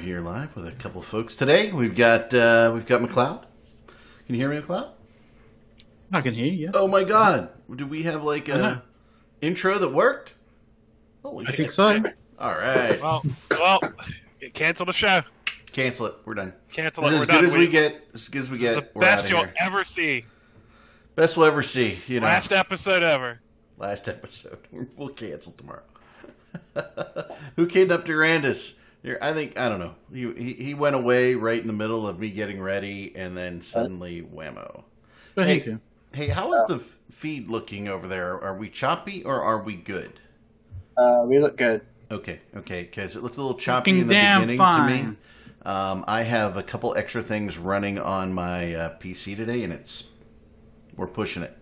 here live with a couple folks today. We've got uh, we've got McLeod. Can you hear me, McLeod? I can hear you. Oh my God! Do we have like I know. a intro that worked? Holy I shit! think so. All right, Well, well, cancel the show. cancel it. We're done. Cancel This it. is We're as done. good as we get. As good as we This is get. the We're best outta you'll here. ever see. Best we'll ever see. You know, Last e- episode ever. last episode. We'll cancel tomorrow. Who kidnapped Durandis? There- I think I don't know. He, he he went away right in the middle of me getting ready, and then suddenly whammo. But Hey. he's here. Hey, how is the f- feed looking over there? Are we choppy or are we good? Uh, we look good. Okay, okay, because it looked a little choppy Looking in the damn beginning to me. fine. Um, I have a couple extra things running on my uh, PC today, and it's we're pushing it.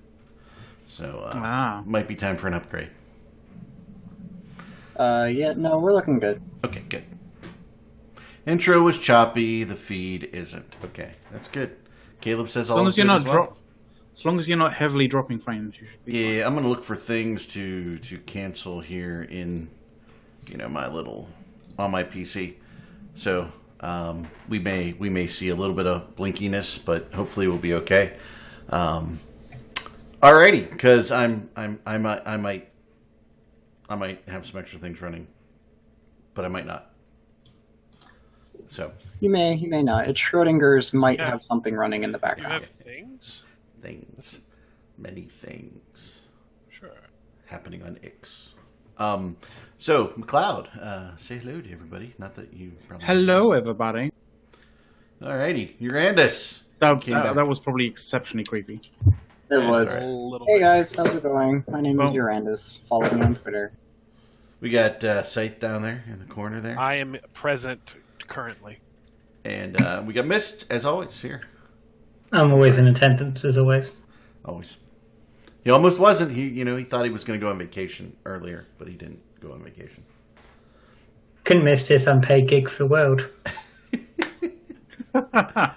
So uh, Wow. might be time for an upgrade. Uh, yeah, no, we're looking good. Okay, good. Intro was choppy. The feed isn't. Okay, that's good. Caleb says As all. long is as you're good not as well. drop, as long as you're not heavily dropping frames, you should be. Yeah, I'm gonna look for things to to cancel here in, you know, my little on my PC. So um, we may we may see a little bit of blinkiness, but hopefully we'll be okay. Um, alrighty, because I'm I'm I might I might I might have some extra things running, but I might not. So You may, you may not. It's Schrodinger's might Yeah. have something running in the You background. have things? things, many things. Sure. happening on X. Um, so McLeod, uh, say hello to everybody. Not that you probably Hello, everybody. Alrighty, Urandus. That, Came back. that, that was probably exceptionally creepy. It was. That's A little Hey bit. guys, how's it going? My name is Well- Durandis. Follow me on Twitter. We got uh, Scythe down there in the corner there, I am present currently. and uh, we got Mist as always here. I'm always in attendance, as always. Always. He almost wasn't. He, you know, he thought he was going to go on vacation earlier, but he didn't go on vacation. Couldn't miss this unpaid gig for the world. Uh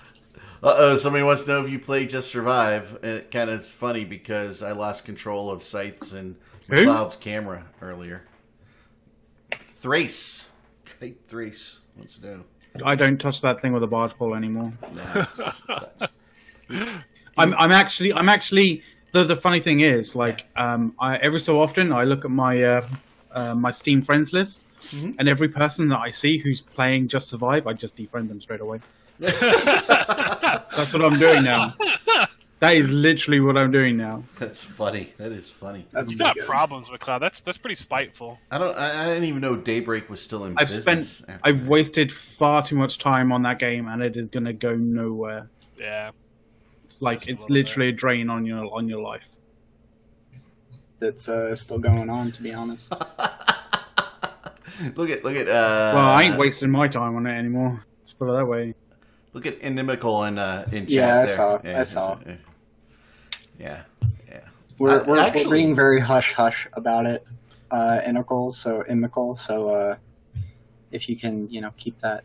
oh, somebody wants to know if you play Just Survive. And it kind of is funny because I lost control of Scythe's and Who? McLeod's camera earlier. Thrace. Kate Thrace wants to know. I don't touch that thing with a barge pole anymore. Nah. I'm, I'm actually, I'm actually. The, the funny thing is, like, um, I, every so often I look at my uh, uh, my Steam friends list, Mm-hmm. and every person that I see who's playing Just Survive, I just defriend them straight away. That's what I'm doing now. That is literally what I'm doing now. That's funny. That is funny. That's You pretty got good. problems, McLeod. That's that's pretty spiteful. I don't. I, I didn't even know Daybreak was still in I've business. spent, after I've that. wasted far too much time on that game, and it is going to go nowhere. Yeah. It's like Just a it's little bit. literally a drain on your on your life. It's uh, still going on, to be honest. look at look at. Uh, Well, I ain't wasting my time on it anymore. Let's put it that way. Look at inimical in uh, in chat. Yeah, I there. saw it. I saw it. Yeah. Yeah. yeah. We're, Uh, we're, actually- we're being very hush hush about it. Uh, inimical, so inimical, so uh, if you can, you know, keep that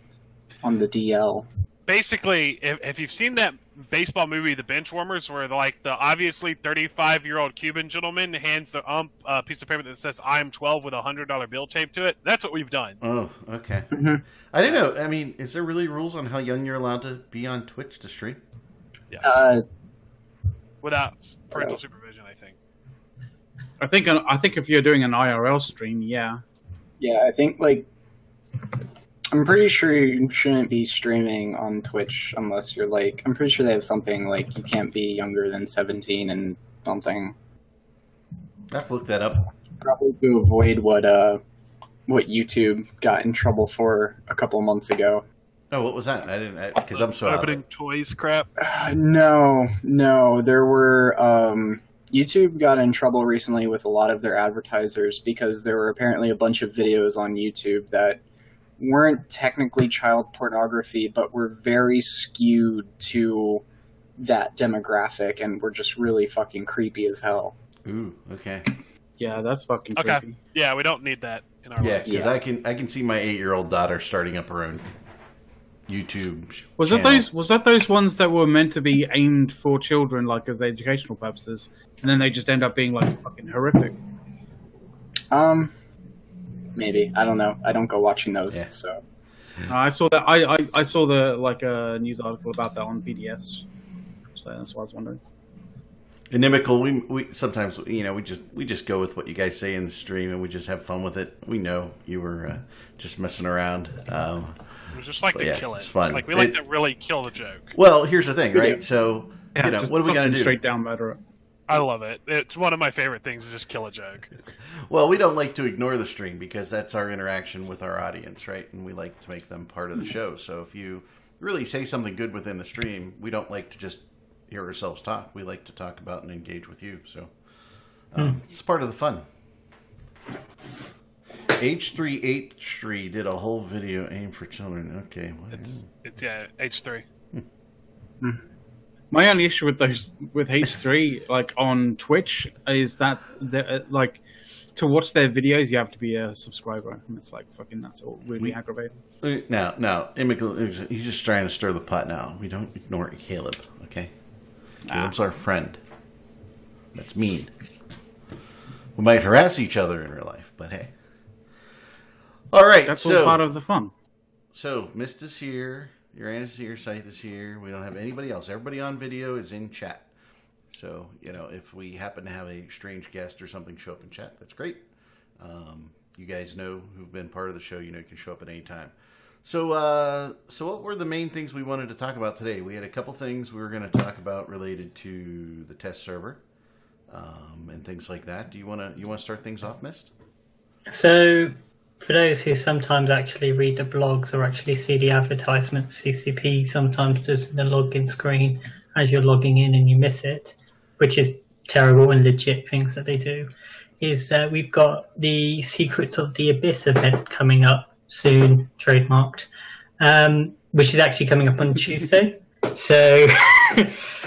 on the DL. Basically, if, if you've seen that baseball movie, The Benchwarmers, where like the obviously 35 year old Cuban gentleman hands the ump a piece of paper that says "I'm 12" with a hundred dollar bill taped to it, that's what we've done. Oh, okay. Mm-hmm. Mhm. I don't know. I mean, is there really rules on how young you're allowed to be on Twitch to stream? Uh, without parental supervision. I think. I think uh, I think if you're doing an IRL stream, yeah, Yeah, I think like I'm pretty sure you shouldn't be streaming on Twitch unless you're like I'm pretty sure they have something like you can't be younger than 17 and something. I have to look that up. Probably to avoid what uh what YouTube got in trouble for a couple months ago. Oh, what was that? I didn't because I'm so. Out of opening it. toys crap. Uh, no, no, there were um YouTube got in trouble recently with a lot of their advertisers because there were apparently a bunch of videos on YouTube that weren't technically child pornography, but were very skewed to that demographic and were just really fucking creepy as hell. Ooh, okay. yeah, that's fucking Okay. creepy. Yeah, we don't need that in our Yeah, lives. because I can I can see my eight year old daughter starting up her own YouTube. sh- Was that channel. those? Was that those ones that were meant to be aimed for children, like as educational purposes, and then they just end up being like fucking horrific? Um maybe. I don't know. I don't go watching those, Yeah. so I saw that. I, I, I saw the like a news article about that on PDS. So that's what I was wondering. Inimical, we we sometimes you know we just we just go with what you guys say in the stream and we just have fun with it. We know you were uh, just messing around. Um, We just like But to yeah, kill it. it's fun. Like we like It- to really kill the joke. well, here's the thing, right? do. So you know just what are we fucking gonna do? Straight down murderer. I love it. It's one of my favorite things. Is just kill a joke. Well, we don't like to ignore the stream because that's our interaction with our audience, right? And we like to make them part of the show. So if you really say something good within the stream, we don't like to just hear ourselves talk. We like to talk about and engage with you. So um, it's part of the fun. H3H Tree did a whole video aimed for children. Okay. what- It's it's yeah H three. My only issue with those with H three like on Twitch is that the- uh, like to watch their videos you have to be a subscriber. And it's like fucking that's all really We- aggravating. Uh, Now, now, Emil- he's just trying to stir the pot now. We don't ignore Caleb, okay? Caleb's our friend. That's mean. We might harass each other in real life, but hey. All right, That's so, all part of the fun. so Mist is here, Uranus is here, Scythe is here. We don't have anybody else. Everybody on video is in chat. So, you know, if we happen to have a strange guest or something show up in chat, that's great. Um, you guys know who've been part of the show, you know, you can show up at any time. So, uh, so what were the main things we wanted to talk about today? We had a couple things we were going to talk about related to the test server um, and things like that. Do you want to you want to start things off, Mist? So, for those who sometimes actually read the blogs or actually see the advertisements, CCP sometimes does the login screen as you're logging in and you miss it, which is terrible and legit things that they do. Is that we've got the Secrets of the Abyss event coming up soon, trademarked, um, which is actually coming up on Tuesday. So,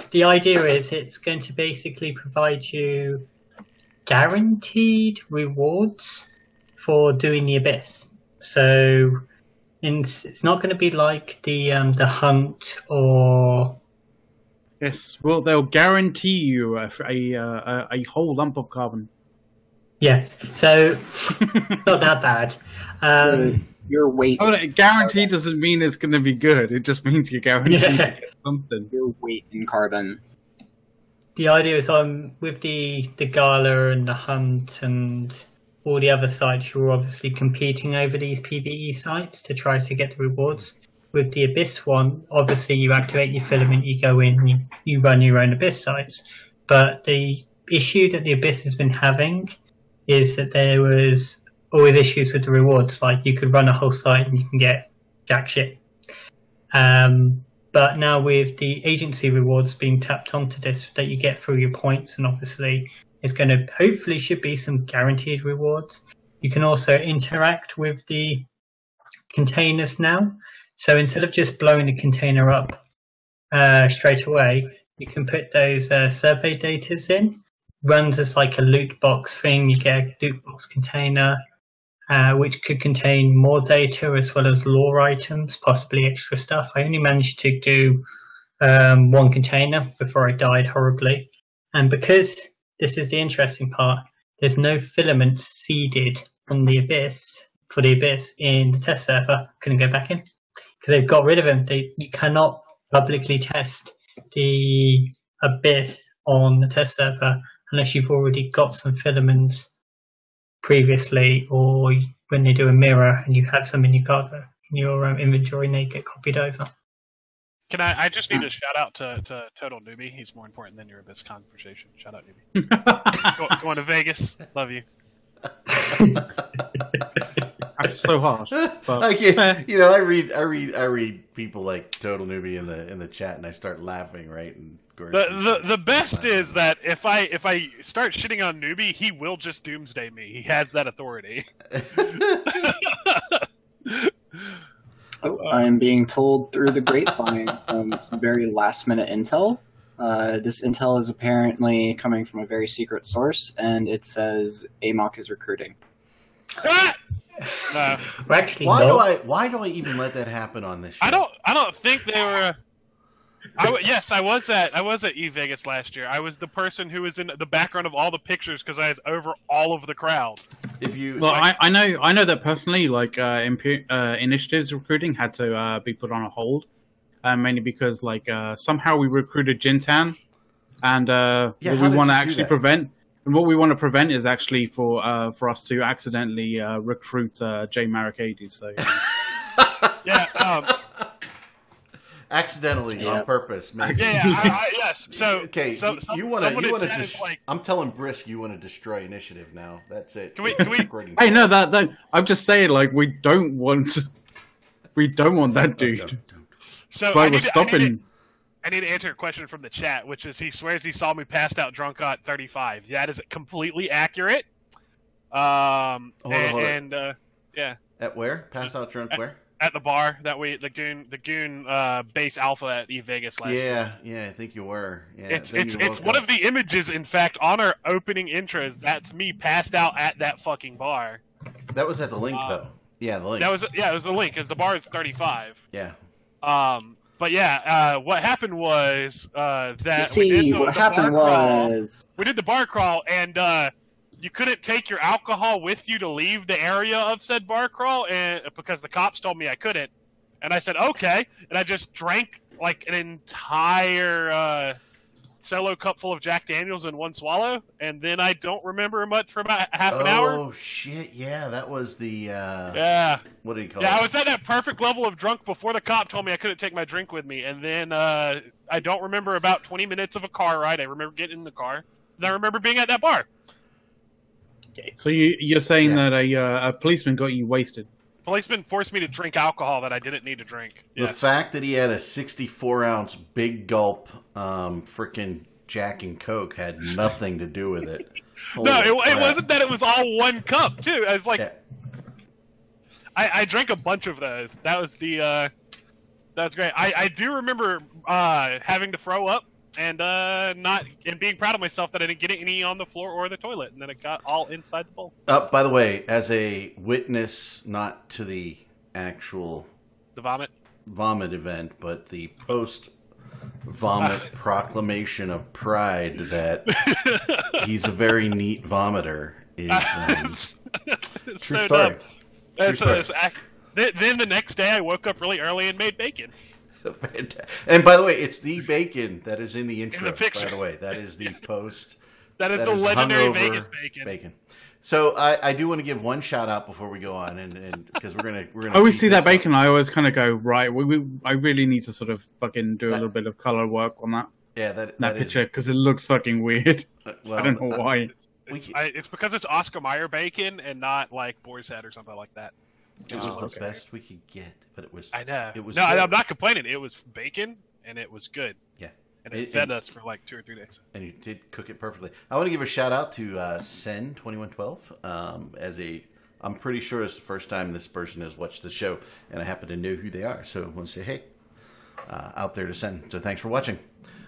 the idea is it's going to basically provide you guaranteed rewards for doing the abyss. So, in, it's not going to be like the um, the hunt or Yes, well they'll guarantee you a a, uh, a, a whole lump of carbon. yes. So, not that bad. Um, Your weight, Oh, no, guarantee doesn't mean it's going to be good. It just means you're guaranteed to Yeah. get something. your weight in carbon. the idea is on with the the gala and the hunt and all the other sites. You're obviously competing over these PVE sites to try to get the rewards. With the abyss one, obviously you activate your filament, you go in, you, you run your own abyss sites. But the issue that the abyss has been having is that there was always issues with the rewards. Like you could run a whole site and you can get jack shit. Um, but now with the agency rewards being tapped onto this that you get through your points, and obviously it's going to hopefully should be some guaranteed rewards. You can also interact with the containers now. So instead of just blowing the container up uh, straight away, you can put those uh, survey datas in. Runs as like a loot box thing. You get a loot box container, uh, which could contain more data as well as lore items, possibly extra stuff. I only managed to do um, one container before I died horribly. And because this is the interesting part, there's no filament seeded from the abyss for the abyss in the test server. Couldn't go back in because they've got rid of them. They you cannot publicly test the abyss on the test server unless you've already got some filaments previously, or when they do a mirror and you have some in your cargo in your um, inventory and they get copied over. Can I? I just need a shout out to, to Total Newbie. He's more important than your abyss conversation. Shout out Newbie. Go, going to Vegas. Love you. That's so harsh. But eh. I can't, you know, I read, I read, I read people like total newbie in the in the chat, and I start laughing, right? And The, the the best is that if I if I start shitting on Newbie, he will just doomsday me. He has that authority. I'm being told through the grapevine from some very last minute intel. Uh, this intel is apparently coming from a very secret source, and it says Amok is recruiting. Ah! No. Well, actually, why do not. I why do I even let that happen on this? Show? I don't. I don't think they were. I w- yes, I was at I was at E Vegas last year. I was the person who was in the background of all the pictures because I was over all of the crowd. If you Well, like, I, I know I know that personally, like uh, impu- uh, initiatives recruiting had to uh, be put on a hold, uh, mainly because like uh, somehow we recruited Jintan, and uh, Yeah, how what did we want to you do actually that? prevent, and what we want to prevent is actually for uh, for us to accidentally uh, recruit uh, J. Maricades. So Yeah, um, accidentally Yeah. on purpose, maybe. yeah, yeah, I, I, yes. So, Okay, so, you- some- you want to someone you in want to chat is just. like, I'm telling Brisk you want to destroy initiative now. That's it. Can we- can we- Grading hey, no, that, that I'm just saying, like we don't want we don't want that dude. That's so why I we're need, to- I need to- stopping. I need to answer a question from the chat, which is he swears he saw me passed out drunk at 35. That is completely accurate. Um, Hold on, and, hold on. and, uh, At where? Pass out drunk where? at the bar that we the goon the goon uh, base alpha at E Vegas last. year. Yeah, yeah, I think you were. Yeah, It's then it's you it's woke one up. of the images, in fact, on our opening intros. That's me passed out at that fucking bar. that was at the link Uh, though. Yeah, the link. That was yeah, it was the link because the bar is thirty five. yeah. Um, but yeah, uh, what happened was uh, that You we did see, the, what the happened bar crawl. was we did the bar crawl and uh, you couldn't take your alcohol with you to leave the area of said bar crawl and because the cops told me I couldn't and I said okay and I just drank like an entire uh, solo cup full of Jack Daniels in one swallow and then I don't remember much for about half an oh hour shit! Yeah, that was the. Uh, yeah What do you call yeah I it? was at that perfect level of drunk before the cop told me I couldn't take my drink with me and then uh, I don't remember about 20 minutes of a car ride I remember getting in the car and I remember being at that bar So you you're saying Yeah. that a uh, a policeman got you wasted? Policeman forced me to drink alcohol that I didn't need to drink. The Yes. fact that he had a 64 ounce big gulp, um, freaking Jack and Coke had nothing to do with it. no, Holy it, it crap. wasn't that it was all one cup too. I was like, Yeah. I, I drank a bunch of those. That was the, uh, that's great. I, I do remember uh, having to throw up and uh, not and being proud of myself that I didn't get any on the floor or the toilet, and then it got all inside the bowl. Uh, by the way, as a witness, not to the actual The vomit. vomit event, but the post vomit proclamation of pride that he's a very neat vomiter is um, It's true so story. dumb. It's- story. it's ac- Th- then the next day, I woke up really early and made bacon. Fanta- and by the way, it's the bacon that is in the intro. picture. By the way, that is the post. That is that the is legendary hungover Vegas bacon. So I, I do want to give one shout out before we go on, and because we're gonna we're gonna I always beat see that this up. bacon. I always kind of go right. We, we, I really need to sort of fucking do a little bit of color work on that Yeah, that that that is. picture because it looks fucking weird. well, I don't know uh, why. we- It's, I, it's because it's Oscar Mayer bacon and not like Boar's Head or something like that. it was Oh, the okay. best we could get, but it was I know. it was no, I, good. I'm not complaining. It was bacon and it was good. Yeah. And it, It- fed it- us for like two or three days. and you did cook it perfectly. I want to give a shout out to uh, Sen twenty one twelve um, as a. I'm pretty sure it's the first time this person has watched the show, and I happen to know who they are. So I want to say hey, uh, out there to Sen. So thanks for watching.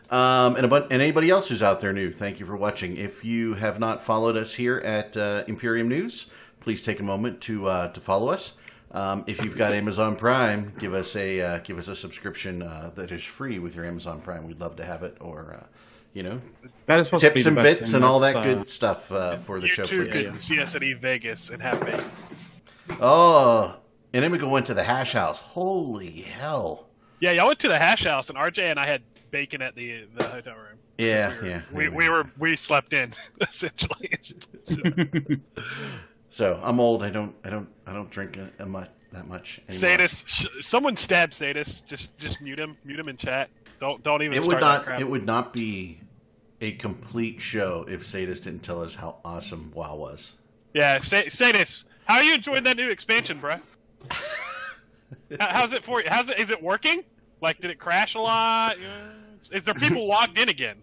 Um, and, a bun- and anybody else who's out there new, thank you for watching. If you have not followed us here at uh, Imperium News, please take a moment to uh, to follow us. Um, if you've got Amazon Prime, give us a uh, give us a subscription uh, that is free with your Amazon Prime. We'd love to have it, or uh, you know, That is possibly tips the and best bits thing and all that's, that uh, good stuff uh, for the you show, two please. could see us at E Vegas and have bacon. Oh, and then we go into the hash house. Holy hell! Yeah, y'all went to the hash house and RJ and I had bacon at the the hotel room. Yeah, we were, yeah. We, we were we slept in essentially. So I'm old. I don't, I don't, I don't drink a, a much, that much. Anymore. Sadis, sh- someone stab Sadis. Just just mute him. Mute him in chat. Don't don't even It would start that not. crap. It would not be a complete show if Sadis didn't tell us how awesome WoW was. Yeah, say, say this. How are you enjoying that new expansion, bruh? How- How's it for you? How's it? Is it working? Like, did it crash a lot? Yeah. Is there people logged in again?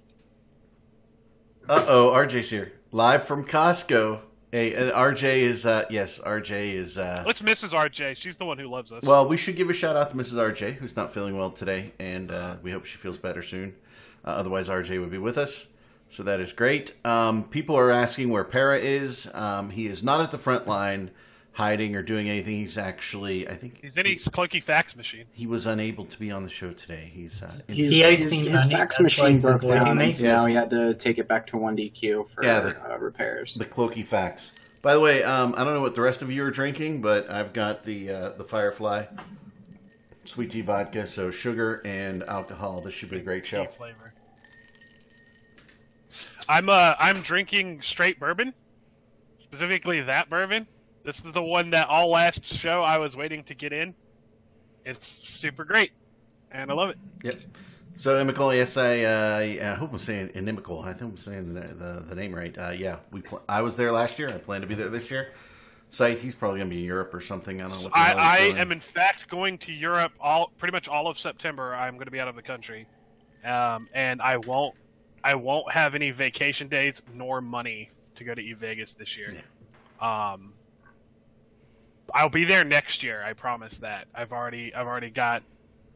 Uh oh, RJ's here live from Costco. Hey, and RJ is. Uh, yes, RJ is. Uh, Let's Mrs. RJ. She's the one who loves us. Well, we should give a shout out to Mrs. RJ, who's not feeling well today, and uh, we hope she feels better soon. Uh, otherwise, RJ would be with us. So that is great. Um, people are asking where Para is. Um, he is not at the front line hiding or doing anything. He's actually, I think He's in his clunky fax machine. he was unable to be on the show today. He's uh, in- his, He owes his, me his money, fax that's why machine he's broke avoiding down, me. and so now he had to take it back to 1DQ for Yeah, the- uh, repairs. the cloaky facts. By the way, um, I don't know what the rest of you are drinking, but I've got the uh, the Firefly sweet tea vodka, so sugar and alcohol. This should be a great show. Tea flavor. I'm uh I'm drinking straight bourbon, specifically that bourbon. This is the one that all last show I was waiting to get in. It's super great, and I love it. Yep. So inimical, yes, I, uh, I hope I'm saying inimical. I think I'm saying the, the, the name right. Uh, yeah, we. Pl- I was there last year. I plan to be there this year. Scythe, he's probably going to be in Europe or something. I don't know. What the I, hell he's I doing. am in fact going to Europe all pretty much all of September. I'm going to be out of the country, um, and I won't I won't have any vacation days nor money to go to E Vegas this year. Um, I'll be there next year. I promise that. I've already I've already got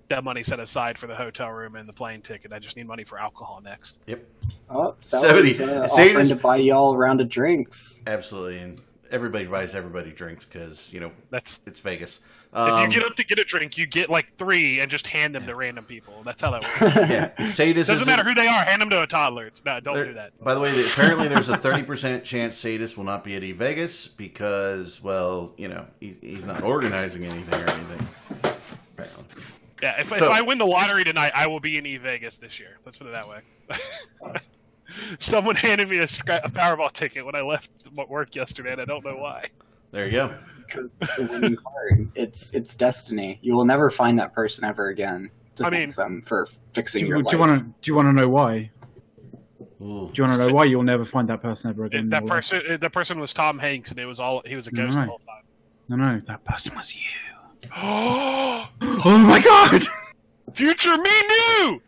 that money set aside for the hotel room and the plane ticket. I just need money for alcohol next. Yep. Oh, Somebody- Somebody, uh, say offering this- to buy y'all a round of drinks. Absolutely, and everybody buys everybody drinks because you know That's it's Vegas. if Um, you get up to get a drink, you get like three and just hand them to random people. That's how that works. yeah, Sadis Doesn't isn't- matter who they are. Hand them to a toddler. It's, no, don't there- do that. By the way, apparently there's a 30% chance Sadis will not be at E Vegas because, well, you know, he, he's not organizing anything or anything. Apparently. Yeah, if, So- if I win the lottery tonight, I will be in E Vegas this year. Let's put it that way. Someone handed me a, scra- a Powerball ticket when I left m- work yesterday, and I don't know why. There you go. Because the winning card. It's it's destiny. You will never find that person ever again. To I thank mean- them for Do fixing you your life. want to? Do you want to know why? Ooh. Do you want to know why you'll never find that person ever again? It- that person, it- that person was Tom Hanks, and it was all he was a ghost Right. the whole time. No, no, that person was you. Oh, Oh my god! future me knew.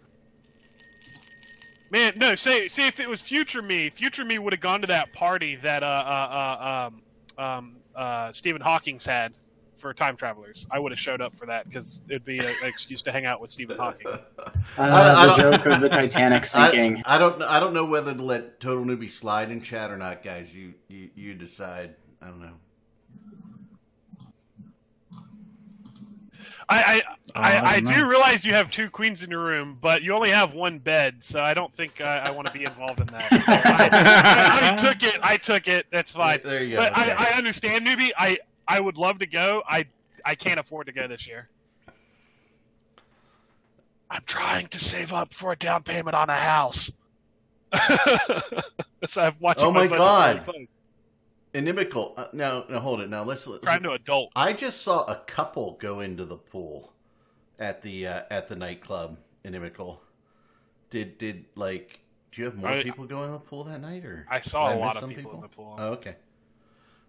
Man, no. Say, see if it was future me. Future me would have gone to that party that uh, uh, uh um, um, uh, Stephen Hawking's had for time travelers. I would have showed up for that because it'd be a, an excuse to hang out with Stephen Hawking. I- I Uh, the don't- joke of the Titanic sinking. I, I don't. I don't know whether to let Total Newbie slide in chat or not, guys. You, you, you decide. I don't know. I I, Oh, I, I I don't do know. realize you have two queens in your room, but you only have one bed, so I don't think I, I want to be involved in that. I, I took it. I took it. That's fine. There you go. But Okay. I, I understand, newbie. I I would love to go. I I can't afford to go this year. I'm trying to save up for a down payment on a house. so I'm watching. Oh my budget God. really close. Inimical. Uh, now, now hold it. Now let's. let's- Trying to adult. I just saw a couple go into the pool at the uh, at the nightclub in Imical. Did did like? Do you have more I- people go in the pool that night, or I saw did a miss lot of some people, in the pool. Oh, okay.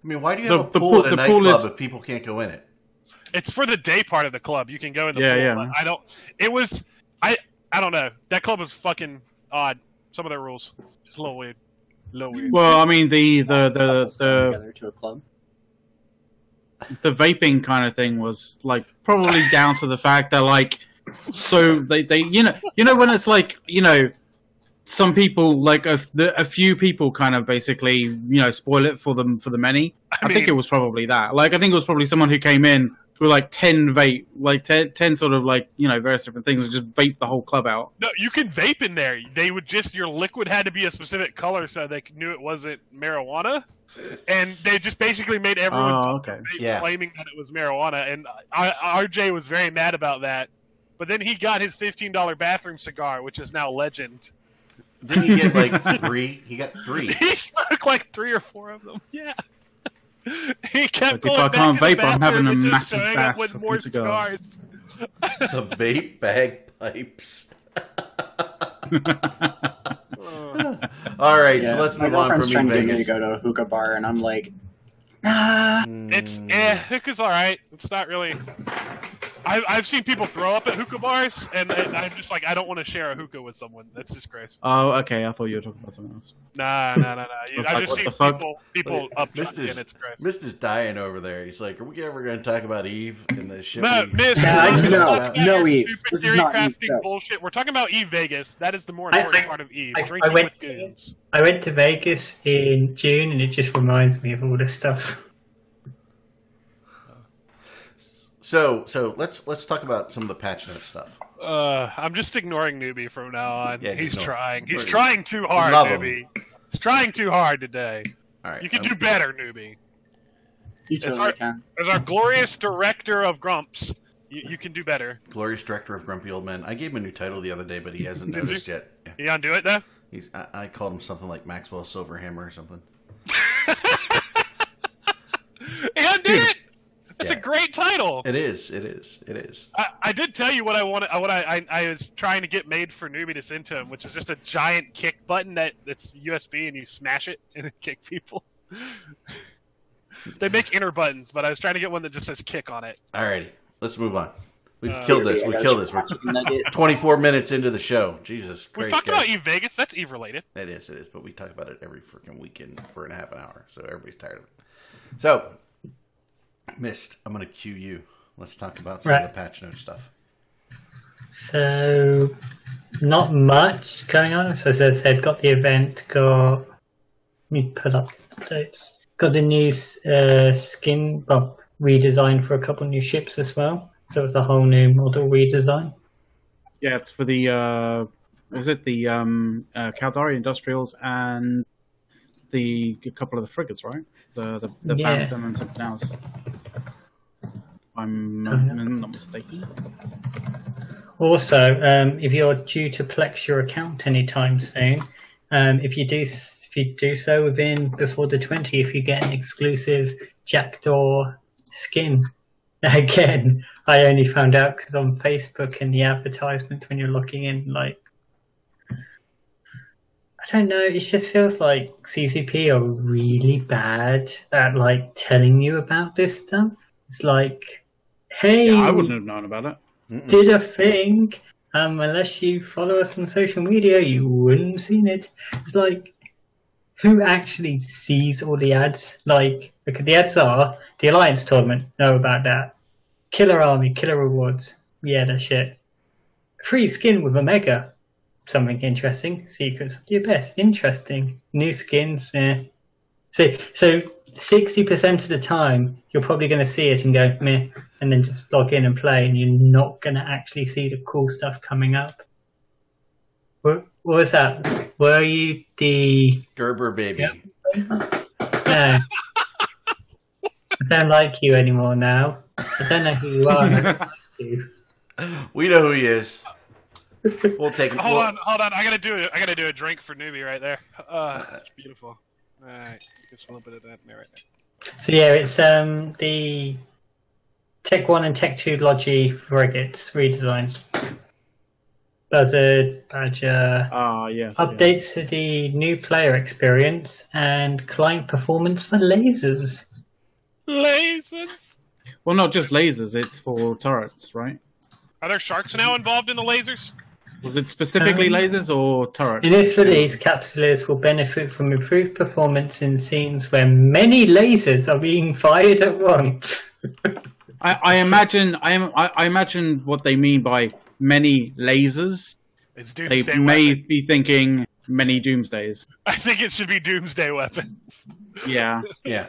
I mean, why do you The- have a the pool pool- at a the pool nightclub is- if people can't go in it? It's for the day part of the club. You can go in the Yeah, pool. yeah. but I don't. It was. I. I don't know. That club was fucking odd. Some of their rules. It's a little weird. A little weird. Well, I mean the the the the, together to a club. the vaping kind of thing was like probably down to the fact that like so they they you know you know when it's like you know some people like a, f- the, a few people kind of basically you know spoil it for them for the many. I, think mean- it was probably that. Like I think it was probably someone who came in with like ten vape like 10, 10 sort of like you know various different things and just vape the whole club out. No, you can vape in there. They would just your liquid had to be a specific color so they knew it wasn't marijuana, and they just basically made everyone Oh, okay. vape Yeah. claiming that it was marijuana. And I, RJ was very mad about that. But then he got his fifteen dollar bathroom cigar, which is now legend. Didn't he get like three? He got three. He smoked like three or four of them. Yeah. He kept Look, if I going can't back to the vape, I'm having bathroom a and just massive showing up fast with fucking more cigar. cigars. The vape bagpipes. All right, so let's my move on girlfriend's from trying E to get me to Vegas. go to a hookah bar, and I'm like, nah. It's Hmm. eh, hookah's all right. It's not really. I've I've seen people throw up at hookah bars, and, and I'm just like, I don't want to share a hookah with someone. That's disgraceful. Oh, okay. I thought you were talking about something else. Nah, nah, nah, nah. It's I like, just what seen the fuck? people people Look, up this and is- it's gross. Mist is dying over there. He's like, "Are we ever going to talk about Eve and the shit?" No, we- miss. Nah, don't no, talk about no, your Eve. Stupid This is theory not E. Eve's show. crafting bullshit. We're talking about Eve Vegas. That is the more I- important I- part of Eve. I- I Drinking went with to- E. goons. I went to Vegas in June, and it just reminds me of all this stuff. So, so let's let's talk about some of the patch note stuff. Uh, I'm just ignoring newbie from now on. Yeah, just He's ignore him. trying. He's We're- trying too hard, love him. newbie. He's trying too hard today. All right. You can I'm- do better, newbie. You It's totally hard- can. As our glorious director of Grumps, you, you can do better. Glorious director of Grumpy Old Men. I gave him a new title the other day, but he hasn't Did you? noticed yet. Yeah. You undo it though. He's. I, I called him something like Maxwell Silverhammer or something. He undid it. That's Yeah. a great title. It is. It is. It is. I, I did tell you what I wanted. What I, I I was trying to get made for newbie to send to him, which is just a giant kick button that that's USB and you smash it and it kick people. they make inner buttons, but I was trying to get one that just says kick on it. Alrighty, let's move on. We've Uh, killed this. Yeah, We I got killed you. this. We're Nuggets. 24 minutes into the show. Jesus We've Christ, talked guys. about E Vegas. That's Eve related. It is, it is. But we talk about it every freaking weekend for a half an hour, so everybody's tired of it. So, Mist, I'm going to cue you. Let's talk about some of Right. the patch note stuff. So, not much going on. So, so they've got the event, got. Let me put up updates. Got the new uh, skin, well, redesigned for a couple new ships as well. So, it's a whole new model redesign. Yeah, it's for the uh, what was it the um, uh, Caldari Industrials and the a couple of the frigates, right? The the, the Yeah. Bantam and something else. If I'm yeah. not mistaken. Also, um, if you're due to plex your account anytime soon, um, if you do s- if you do so within before the 20th, you get an exclusive Jackdaw skin. Again, I only found out because on Facebook in the advertisement when you're logging in, like I don't know, it just feels like CCP are really bad at like telling you about this stuff. It's like, hey, Yeah, I wouldn't have known about it. did a thing. Um, unless you follow us on social media, you wouldn't have seen it. It's like, who actually sees all the ads? Like, look at the ads are the Alliance tournament. Know about that? Killer Army, Killer Rewards. Yeah, that shit. Free skin with Omega. Something interesting. Secrets of the Abyss. Interesting. New skins. eh. Yeah. So, so sixty percent of the time, you're probably going to see it and go meh, and then just log in and play, and you're not going to actually see the cool stuff coming up. What, what was that? Were you the? Gerber baby. Yep. No. I don't like you anymore now. I don't know who you are. and I don't like you. We know who he is. We'll take him. Hold we'll- on, hold on. I gotta do it. I gotta do a drink for newbie right there. Uh, it's beautiful. All right, just a little bit of that in there right there. So yeah, it's um the Tech One and Tech Two Logi frigates redesigns. Buzzard, Badger, Ah, yes. yeah. Updates to the new player experience and client performance for lasers. Lasers. Well, not just lasers. It's for turrets, right? Are there sharks now involved in the lasers? Was it specifically Um, lasers or turrets? In this release, capsulars will benefit from improved performance in scenes where many lasers are being fired at once. I, I imagine I, am, I, I imagine what they mean by many lasers. It's They doomsday. may weapon. be thinking many doomsdays. I think it should be doomsday weapons. Yeah, Yeah.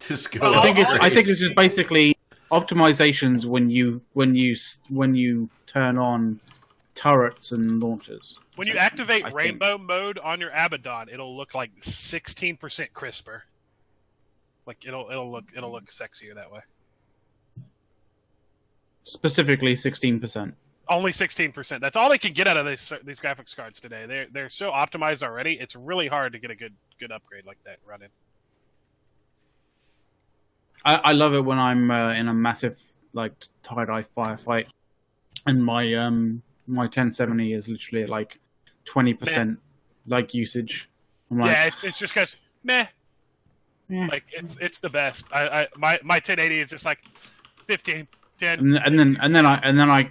Just go. Well, I think it's crazy. I think it's just basically optimizations when you when you s- when you turn on turrets and launchers. When you So, activate I think- rainbow mode on your Abaddon, it'll look like sixteen percent crisper. Like it'll it'll look it'll look sexier that way. specifically sixteen percent. Only sixteen percent. That's all they can get out of these these graphics cards today. They're they're so optimized already. It's really hard to get a good good upgrade like that running. I, I love it when I'm uh, in a massive like tie dye firefight, and my um my 1070 is literally at, like 20 percent like usage. I'm like, yeah, it's, it's just because meh. Yeah. Like it's it's the best. I, I my my 1080 is just like 15, 10. and, and then and then I and then I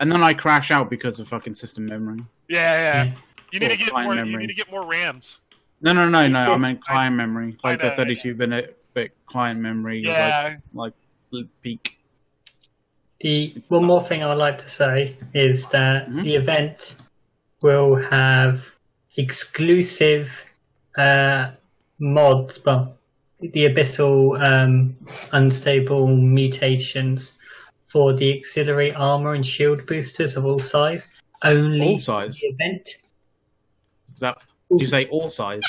and then I crash out because of fucking system memory. Yeah, yeah. You need Or to get client more. You memory. need to get more RAMs. No, no, no, no. Sure. I meant client memory, I like know, I the know. 32 bit bit client memory, yeah. like, like peak. The one more thing I'd like to say is that Mhm. the event will have exclusive uh, mods, well, the abyssal um, unstable mutations for the auxiliary armor and shield boosters of all size. Only All size? for the event. Is that you say all size?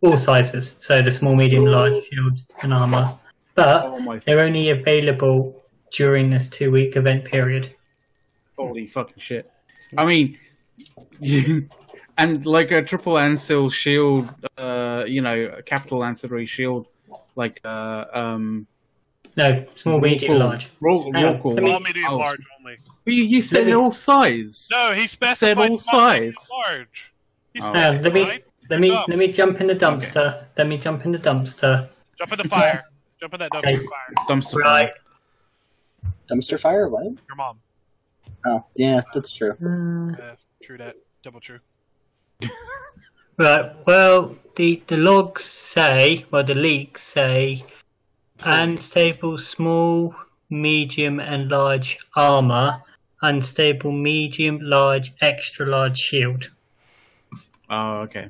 all sizes, so the small, medium, large shield and armor. But Oh my they're only available during this two week event period. holy fucking shit! I mean, you, and like a triple ancil shield, uh, you know, a capital ancillary shield, like uh, um, No, small, medium, Rorqual- large. Ror- Hang on, Rorqual. let me- Small, medium, Oh, large only. but You, you said me- all size. No, he specified all small, medium, size. large. He Oh. Now, specified, let me right? let me Oh. let me jump in the dumpster. Let me jump in the dumpster. Jump in the fire. Jump in that dumpster Okay. fire. dumpster. Right. Dumpster fire? What? Your mom. Oh, yeah, that's true. Uh, Yeah, true that. Double true. Right. Well, the the logs say, well, the leaks say, unstable small, medium, and large armor, unstable medium, large, extra large shield. Oh, okay.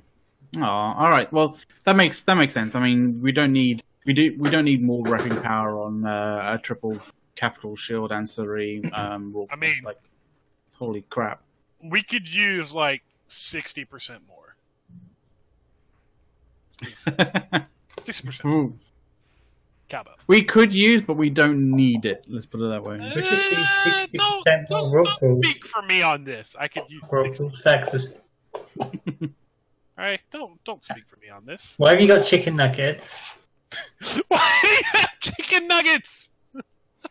Oh, all right. Well, that makes that makes sense. I mean, we don't need we do we don't need more repping power on uh, a triple capital shield ancillary. Um, rule. I mean- like, holy crap! We could use like sixty percent more. Sixty percent. Ooh. Cabo. we could use, but we don't need it. Let's put it that way. Which is the Uh, 60% don't, on don't, Rorqual. don't speak for me on this. I could use. We're All all sexist. right, don't don't speak for me on this. Why have you got chicken nuggets? Why do you have chicken nuggets?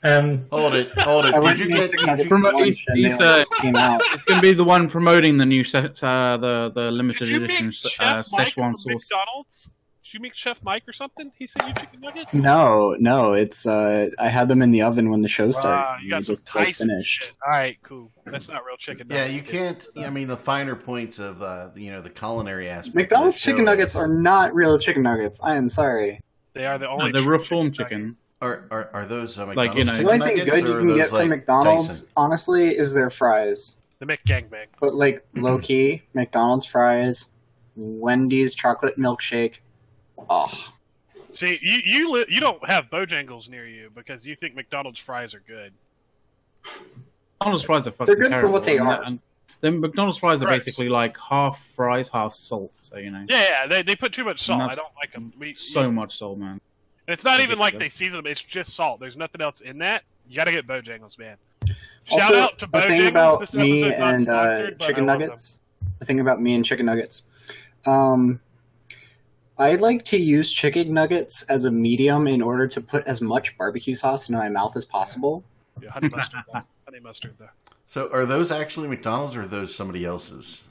Um, Hold it, hold it. I Did went you to get? the nuggets From- lunch and he's, they uh, all came out. It's gonna be the one promoting the new set, uh, the the Did limited you make edition uh, Chef Mike from Szechuan sauce. McDonald's? Did you make Chef Mike or something? He said you chicken nuggets. No, no, it's uh, I had them in the oven when the show started. Wow, you It got was some just, like, Tyson finished. shit. All right, cool. That's not real chicken. Yeah, nuggets, you dude. can't. I mean, the finer points of uh, you know the culinary aspect. of the McDonald's show chicken nuggets are not real chicken nuggets. I am sorry. They are the only. No, the true reformed chicken. chicken. nuggets. are are, are those uh, McDonald's Like, you know- The chicken only thing nuggets, good you or are can those, get like, from McDonald's, Tyson? honestly, is their fries. The McGangbang. But like low key, McDonald's fries, Wendy's chocolate milkshake. Oh, See, you you li- you don't have Bojangles near you because you think McDonald's fries are good. McDonald's fries are fucking good for what they terrible, are. And then McDonald's fries are Gross. basically like half fries, half salt. So you know, Yeah, yeah they, they put too much salt. And I that's don't like them. We, so much salt, man. it's not even like they ridiculous. season them. It's just salt. There's nothing else in that. You gotta get Bojangles, man. Shout also, out to the Bojangles. thing about this me episode's not and uh, sponsored, but chicken I love nuggets. The thing about me and chicken nuggets. Um, I like to use chicken nuggets as a medium in order to put as much barbecue sauce in my mouth as possible. them. Yeah, honey mustard. though. honey mustard. Though. So are those actually McDonald's or are those somebody else's?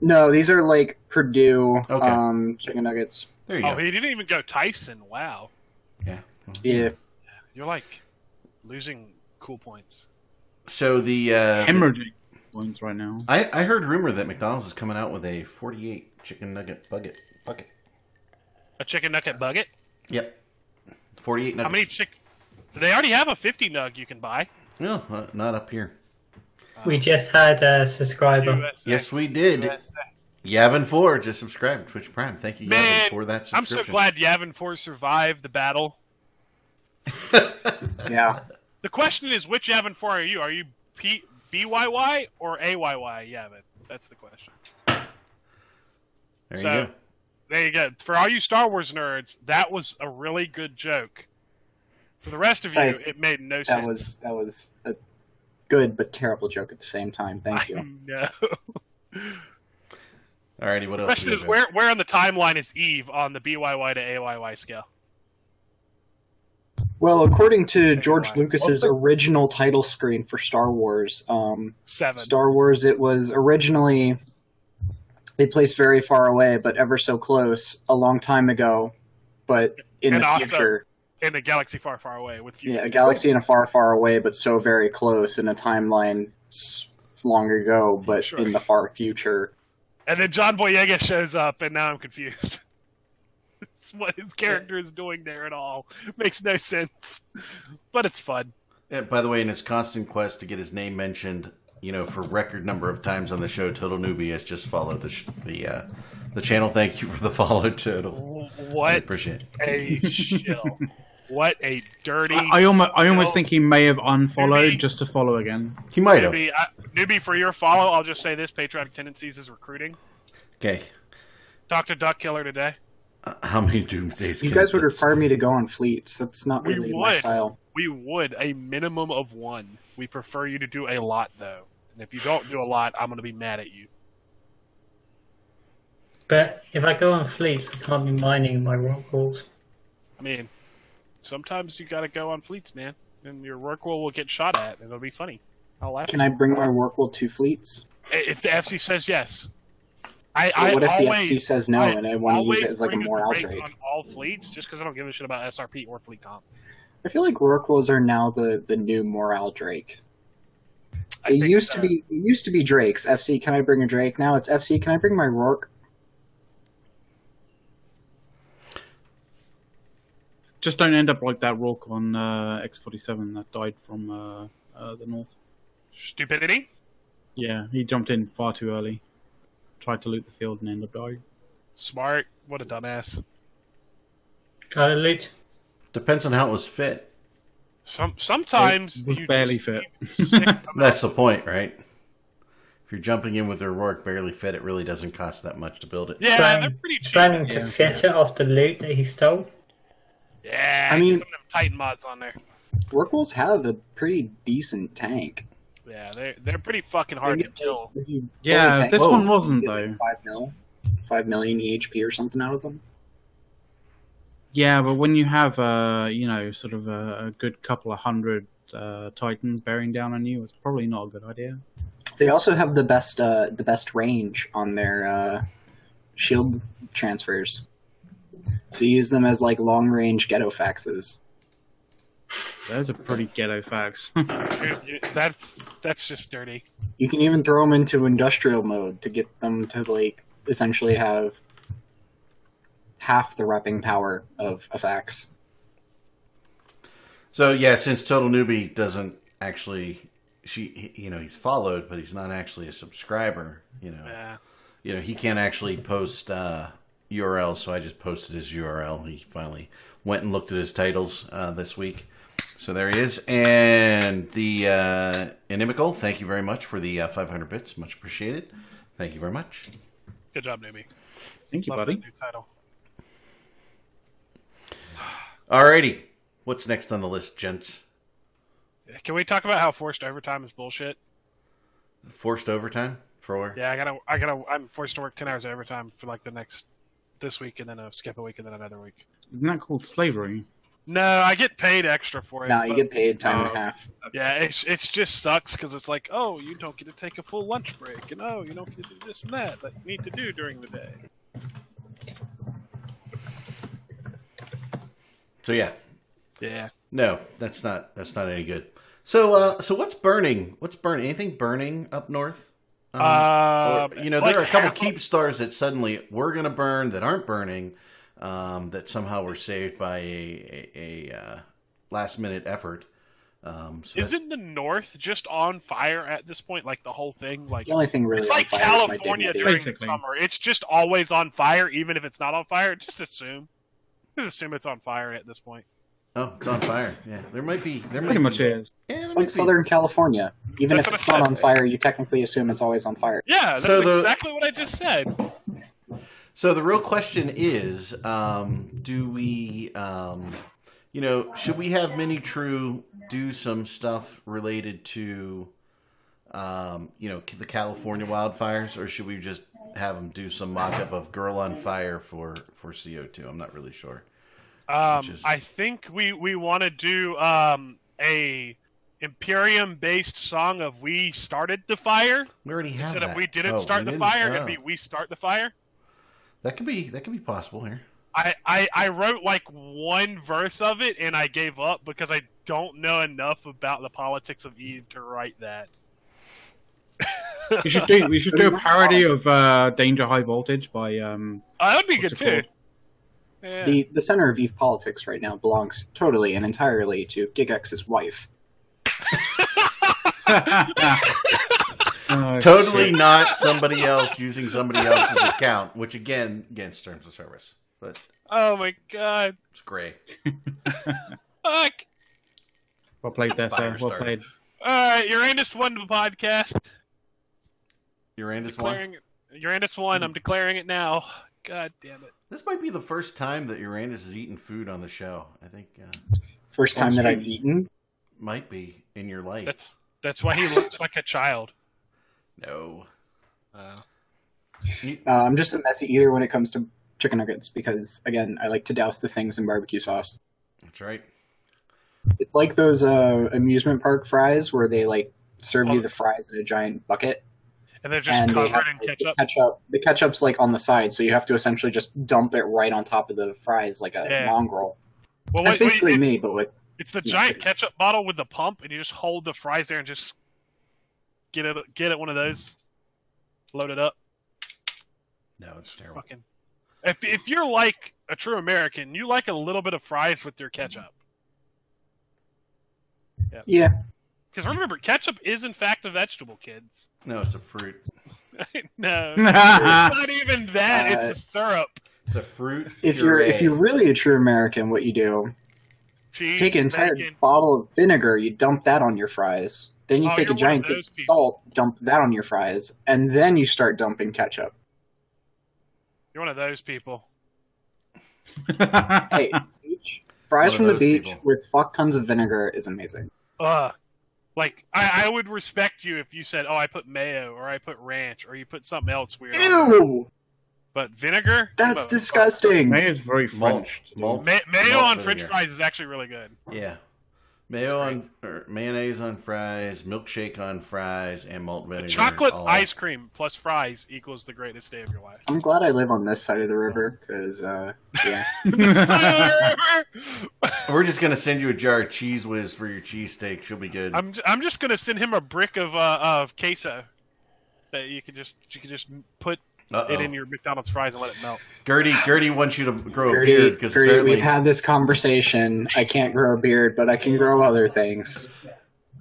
No, these are like Purdue Okay. um, chicken nuggets. There you Oh, go. he didn't even go Tyson. Wow, yeah. Yeah. you're like losing cool points. So the uh, Hemorrhaging points right now. I, I heard rumor that McDonald's is coming out with a 48 chicken nugget bucket. Bucket. A chicken nugget bucket. Yep. 48 nuggets. How many chick? They already have a fifty nug you can buy. No, uh, not up here. we just had a subscriber. USA. Yes, we did. USA. Yavin 4 just subscribed to Twitch Prime. Thank you, Man, Yavin, for that I'm so subscription. glad Yavin Four survived the battle. Yeah. The question is, which Yavin Four are you? Are you P- BYY or AYY Yavin? That's the question. There So- you go. There you go. For all you Star Wars nerds, that was a really good joke. For the rest of you, Safe. it made no That sense. was that was a good but terrible joke at the same time. Thank I you. know. Alrighty, what else? question we is, got? where where on the timeline is Eve on the BYY to AYY scale? Well, according to George Why? Lucas's original title screen for Star Wars, um, Seven. Star Wars it was originally they placed very far away, but ever so close a long time ago, but in And the also- future, in a galaxy far, far away with you. yeah, a galaxy in a far, far away, but so very close in a timeline s- long ago, but Sure. in the far future. And then John Boyega shows up, and now I'm confused. It's what his character is doing there at all makes no sense, but it's fun. Uh, by the way, in his constant quest to get his name mentioned, you know, for record number of times on the show, Total Newbie has just followed the sh- the uh, the channel. Thank you for the follow, Total. W- I What appreciate it. a shill! What a dirty I, I almost, I almost No. think he may have unfollowed Maybe. just to follow again. He might have. newbie. I, newbie for your follow. I'll just say this: Patriotic tendencies is recruiting. Okay. Doctor Duck Killer today. Uh, How many doomsdays? You can guys would this- require me to go on fleets. That's not We really my would. style. We would a minimum of one. We prefer you to do a lot though, and if you don't do a lot, I'm gonna be mad at you. But if I go on fleets, I can't be mining my rock walls. I mean, sometimes you gotta go on fleets, man, and your work will will get shot at, and it'll be funny. I'll laugh. Can I bring my Warquil to fleets? If the FC says yes, I, But I what if always, the FC says no I and I want to use always it as like a bring the morale break trade? on all fleets, just because I don't give a shit about SRP or fleet comp. I feel like Rorquals are now the, the new morale Drake. I It think, used uh, to be it used to be Drake's. FC, can I bring a Drake? Now it's FC, can I bring my Rourke? Just don't end up like that Rourke on uh, X47 that died from uh, uh, the north. stupidity. Yeah, he jumped in far too early. Tried to loot the field and ended up dying. Smart. What a dumbass. Gotta loot. Depends on how it was fit. Some sometimes It was you barely just fit. need to stick them That's the point, right? If you're jumping in with your Rourke barely fit, it really doesn't cost that much to build it. Yeah, Plan- they're pretty cheap. Planning to Yeah. fit it off the loot that he stole. Yeah, I I mean- mean some of them Titan mods on there. Rorquals have a pretty decent tank. Yeah, they're they're pretty fucking hard They to get, kill. like, if you pull Yeah, the tank- this Whoa, one wasn't, you get, like, though. Five mil, five million EHP or something out of them. Yeah, but when you have uh, you know sort of a, a good couple of hundred uh, titans bearing down on you, it's probably not a good idea. They also have the best uh, the best range on their uh, shield transfers. So you use them as like long range ghetto faxes. Those are pretty ghetto facts. Dude, you- That's that's just dirty. You can even throw them into industrial mode to get them to like essentially have half the repping power of a fax. So yeah, since Total Newbie doesn't actually, she he- you know he's followed, but he's not actually a subscriber. You know, Yeah. you know he can't actually post uh, URLs, so I just posted his URL. He finally went and looked at his titles uh, this week. So there he is, and the uh, inimical. Thank you very much for the uh, 500 bits, much appreciated. Thank you very much. Good job, newbie. Thank you, Love buddy. that new title. Alrighty, what's next on the list, gents? Can we talk about how forced overtime is bullshit? Forced overtime for Yeah, I gotta I gotta I'm forced to work ten hours of overtime for like the next this week and then a skip a week and then another week. Isn't that called slavery? No, I get paid extra for it. Now you but- get paid time and Oh. a half. Yeah, it's it's just sucks because it's like, oh, you don't get to take a full lunch break, and oh, you don't get to do this and that that you need to do during the day. So yeah, Yeah, No, that's not that's not any good. So uh so what's burning? What's burning? Anything burning up north? Um, uh, or, you know, there are a couple keep stars that suddenly we're going to burn that aren't burning um that somehow were saved by a a, a uh, last minute effort. Um so that's- Isn't the North just on fire at this point? Like the whole thing, like The only thing really it's on like fire is my California dignity. during Basically. the summer. It's just always on fire, even if it's not on fire. Just assume, just assume it's on fire at this point. Oh, it's on fire. Yeah. There might be there might Pretty much be, is. Yeah, there It's might like be- Southern California. Even That's if what it's I not said. on fire, you technically assume it's always on fire. Yeah, that's So the- exactly what I just said. So the real question is, um, do we, um, you know, should we have Mini True do some stuff related to, um, you know, the California wildfires, or should we just have him do some mock-up of Girl on Fire for for CO two? I'm not really sure. Um, Which is- I think we we want to do um, a Imperium based song of "We Started the Fire" We already have instead that. of "We Didn't Oh, Start we the didn't- Fire." oh. It'd be "We Start the Fire." that could be that could be possible here. I, I I wrote like one verse of it and I gave up because I don't know enough about the politics of Eve to write that. We should do we should do a parody of uh, Danger High Voltage by um, Oh, that would be What's good too. it Yeah. The the center of Eve politics right now belongs totally and entirely to Gigex's wife. Oh, Totally shit. not somebody else using somebody else's account, which again against terms of service, but Oh my god. it's gray. Fuck. Well played there, sir. Well Firestarter. played. All right, Uranus won the podcast. Uranus one. Mm. Declaring Uranus won. I'm declaring it now. God damn it. This might be the first time that Uranus has eaten food on the show. I think uh, First time That's that I've right. eaten. might be in your life. That's that's why he looks like a child. No. Uh, You- Uh, I'm just a messy eater when it comes to chicken nuggets because, again, I like to douse the things in barbecue sauce. That's right. It's like those uh, amusement park fries where they like serve Oh. you the fries in a giant bucket and they're just and they have, covered in like, ketchup. The ketchup. The ketchup's like on the side, so you have to essentially just dump it right on top of the fries like a Yeah. mongrel. Well, That's wait, wait, basically it- me, but with it's the yeah, giant it's- ketchup bottle with the pump, and you just hold the fries there and just get it get it one of those, load it up. No, it's terrible. Fucking. If if you're like a true American, you like a little bit of fries with your ketchup. yeah. Because remember, ketchup is in fact a vegetable, kids. No, it's a fruit. no, it's That's not even that. Uh, it's a syrup. It's a fruit. If you're puree. if you're really a true American, what you do? Cheese, Take an entire bacon. bottle of vinegar, you dump that on your fries. Then you Oh, take you're a one giant of thing those of people. salt, dump that on your fries, and then you start dumping ketchup. You're one of those people. Hey, beach, One fries of from the those beach people. with fuck tons of vinegar is amazing. Ugh. Like I, I would respect you if you said, "Oh, I put mayo, or I put ranch, or you put something else weird." on it." Ew, But vinegar? that's Motherfucker. disgusting. Mayo's very Malt. French. Malt. Ma- mayo Malt on French vinegar. fries is actually really good. Yeah. Mayo on or mayonnaise on fries, milkshake on fries, and malt vinegar. Chocolate all- ice cream plus fries equals the greatest day of your life. I'm glad I live on this side of the river because, uh, yeah. We're just gonna send you a jar of cheese whiz for your cheesesteak. She'll be good. I'm j- I'm just gonna send him a brick of uh of queso that you can just you can just put Uh-oh. it in your McDonald's fries and let it melt. Gertie, Gertie wants you to grow a beard Gertie, because Gertie apparently we've had this conversation. I can't grow a beard, but I can grow other things.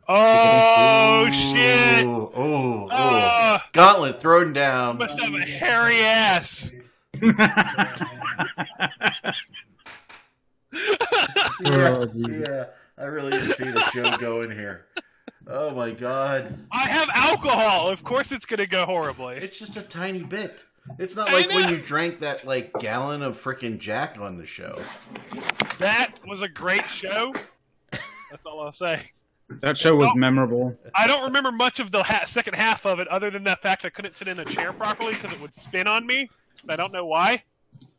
Oh Ooh, shit! Oh, oh, Uh, gauntlet thrown down. must have a hairy ass. Oh, geez. yeah, I really didn't see the show going here. Oh my god, I have alcohol. Of course, it's gonna go horribly. it's just a tiny bit. It's not I like when know. you drank that like gallon of frickin' Jack on the show. That was a great show. That's all I'll say. that show Oh. was memorable. I don't remember much of the ha- second half of it, other than the fact I couldn't sit in a chair properly because it would spin on me. I don't know why.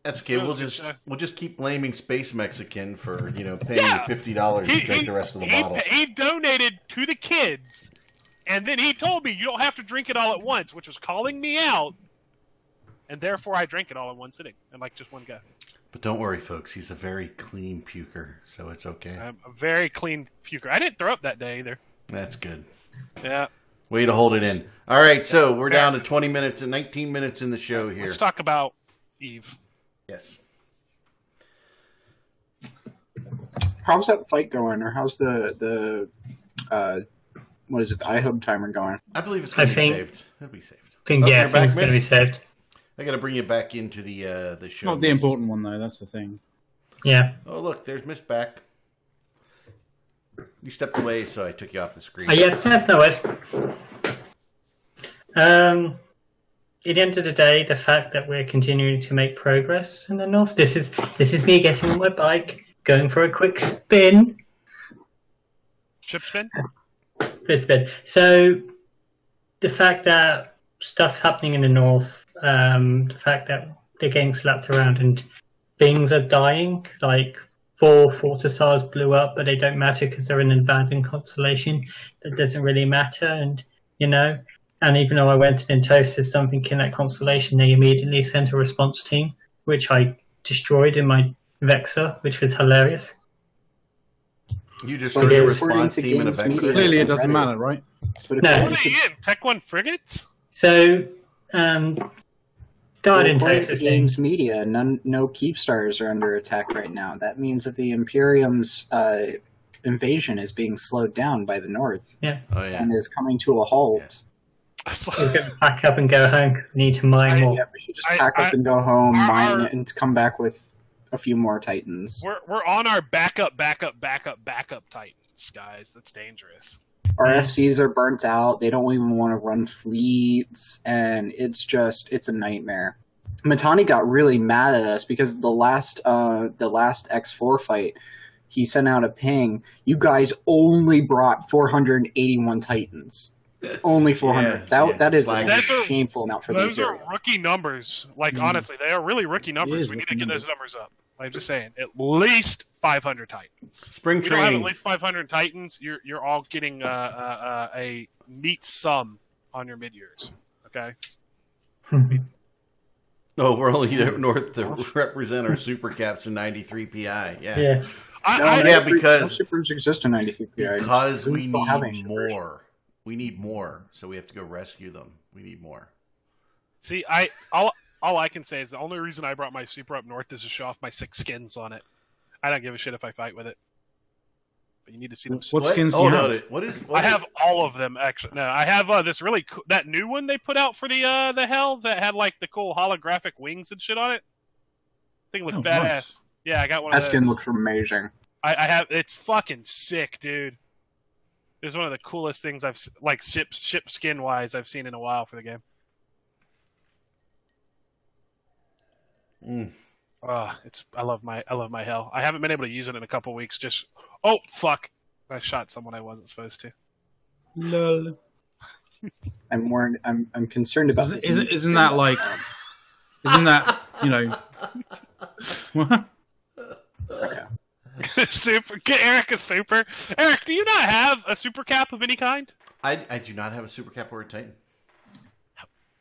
That's okay. We'll Okay, just so- we'll just keep blaming Space Mexican for you know paying Yeah. fifty dollars to He, drink he- the rest of the he- bottle. he donated to the kids, and then he told me you don't have to drink it all at once, which was calling me out. And therefore, I drank it all in one sitting, and like just one go. But don't worry, folks. He's a very clean puker, so it's okay. I'm a very clean puker. I didn't throw up that day either. That's good. Yeah. Way to hold it in. All right, so we're down to twenty minutes and nineteen minutes in the show here. Let's talk about Eve. Yes. How's that fight going, or how's the the uh, what is it? The iHub timer going? I believe it's I going to be think- saved. It'll be saved. I think, Oh, yeah, I you're think back, it's going to be miss? saved. I got to bring you back into the uh, the show. Not the Miss. important one though. That's the thing. Yeah, Oh, look, there's Miss back. You stepped away, so I took you off the screen. oh, yeah, that's no worries. Um, at the end of the day, the fact that we're continuing to make progress in the north. This is this is me getting on my bike, going for a quick spin. Chip spin? Brisbane. So the fact that stuff's happening in the north, um, the fact that they're getting slapped around and things are dying, like four fortissars blew up, but they don't matter because they're in an abandoned constellation. That doesn't really matter, and you know. And even though I went and toasted something in that constellation, they immediately sent a response team, which I destroyed in my Vexa, which was hilarious. You just Well, threw yeah, a we're response into team in a games media. vexer. Clearly, it doesn't matter, right? But No. What are they in? Tech One frigates? So, um, died in according to Texas. Games Media, none, no Keepstars are under attack right now. That means that the Imperium's uh, invasion is being slowed down by the North Oh yeah. and is coming to a halt. It's We're like- going to pack up and go home 'cause we need to mine I- more. Yeah, we should just I- pack up I- and go home, our- mine, our- and come back with a few more Titans. we're, we're on our backup, backup, backup, backup Titans, guys. That's dangerous. Our FCs are burnt out. They don't even want to run fleets, and it's just it's a nightmare. Matani got really mad at us because the last uh, the last X4 fight, he sent out a ping. You guys only brought 481 Titans. Only 400. Yeah, that yeah, that is slack. a That's a- shameful amount for the Those are Imperial. rookie numbers. Like honestly, they are really rookie numbers. is We need to rookie get those numbers up. I'm just saying, at least 500 Titans. Spring If you don't have at training. least 500 Titans, you're you're all getting uh, uh, uh, a neat sum on your mid years. Okay. Oh, we're only here north to represent our super caps in 93 PI. Yeah. yeah. I, No, I, no yeah, super- because- no supers exist in 93 PI. Because We we don't have any need shippers. more. We need more. So we have to go rescue them. We need more. see, I all all I can say is the only reason I brought my super up north is to show off my six skins on it. I don't give a shit if I fight with it. But you need to see them. What skins do oh, you no, have? it- What is? I What have all of them actually. No, I have uh, this really cool, that new one they put out for the uh, the hell that had like the cool holographic wings and shit on it. Thing looked Oh, badass. nice. Yeah, I got one That of skin those. looks amazing. I, I have it's fucking sick, dude. It's one of the coolest things I've s- like ship ship skin wise I've seen in a while for the game. Mm. Uh, it's I love my I love my hell. I haven't been able to use it in a couple weeks. Just oh fuck, I shot someone I wasn't supposed to. Lol. I'm worried. I'm I'm concerned about. Isn't, this isn't, isn't that like? Isn't that you know? what? super get Eric a super. Eric, do you not have a super cap of any kind? I, I do not have a super cap or a titan.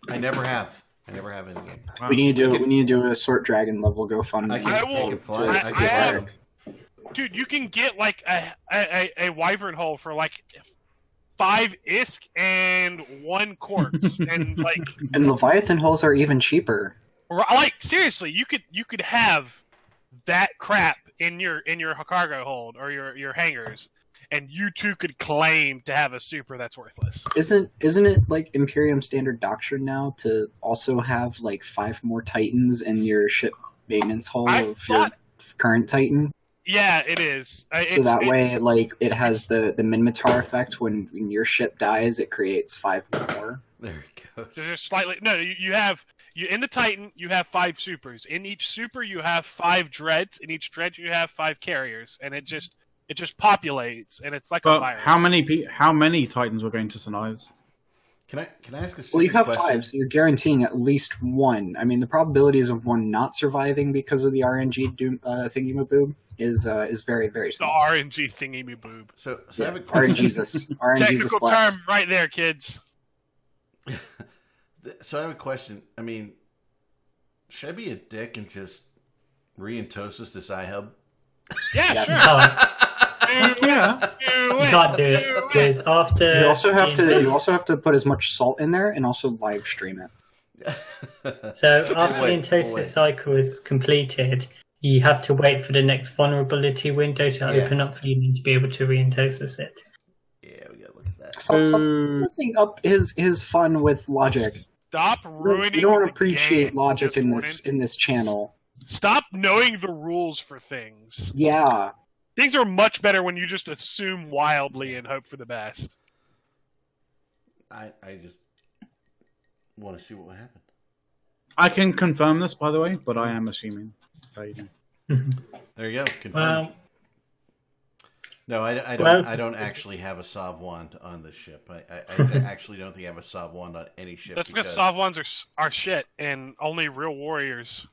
I never have. I never have in the game. We need to do. We need to do a sort dragon level GoFundMe. I can, I I will- can fly. to- I, to can I have- fly. Eric. Dude, you can get like a a, a, a wyvern hole for like five isk and one corpse, and like And Leviathan holes are even cheaper. r- like seriously, you could you could have that crap in your in your cargo hold or your your hangars, and you two could claim to have a super that's worthless. Isn't isn't it like Imperium standard doctrine now to also have like five more Titans in your ship maintenance hull I of thought- your current Titan? Yeah, it is. I- so It's, that it- way, like it has the the Minmatar effect. When when your ship dies, it creates five more. There it goes. They're just slightly no. You, you have you in the Titan. You have five supers. In each super, you have five dreads. In each dread, you have five carriers, and it just it just populates, and it's like a But virus. how many? pe- How many Titans were going to survive? Can I can I ask a stupid Well, you have question? five, so you're guaranteeing at least one. I mean, the probabilities of one not surviving because of the RNG doom, uh, thingy-maboob is uh, is very very The small. RNG thingy me boob. So so I Yeah. have a question. RNGesus, RNGesus Technical blast. term right there, kids. Th- So I have a question. I mean, should I be a dick and just reentosis this eye hub? Yeah, Yes. sure. Oh, Do Yeah. it, do you it, can't do it do because after You also have to you the, also have to put as much salt in there and also live stream it. so We'll after wait, the we'll Intosis wait. cycle is completed, you have to wait for the next vulnerability window to Yeah. open up for you to be able to reintosis it. Yeah, we gotta look at that. Stop, stop Boo. messing up his his fun with logic. Stop ruining. You don't the appreciate game, logic just in Gordon. this in this channel. Stop knowing the rules for things. Yeah, Things are much better when you just assume wildly and hope for the best. I I just want to see what would happen. I can confirm this, by the way, but I am assuming. So you know. There you go. Confirmed. Well, no, I, I well- don't. I don't actually have a Sov wand on this ship. I, I, I actually don't think I have a Sov wand on any ship. That's because Savlons are s- are shit, and only real warriors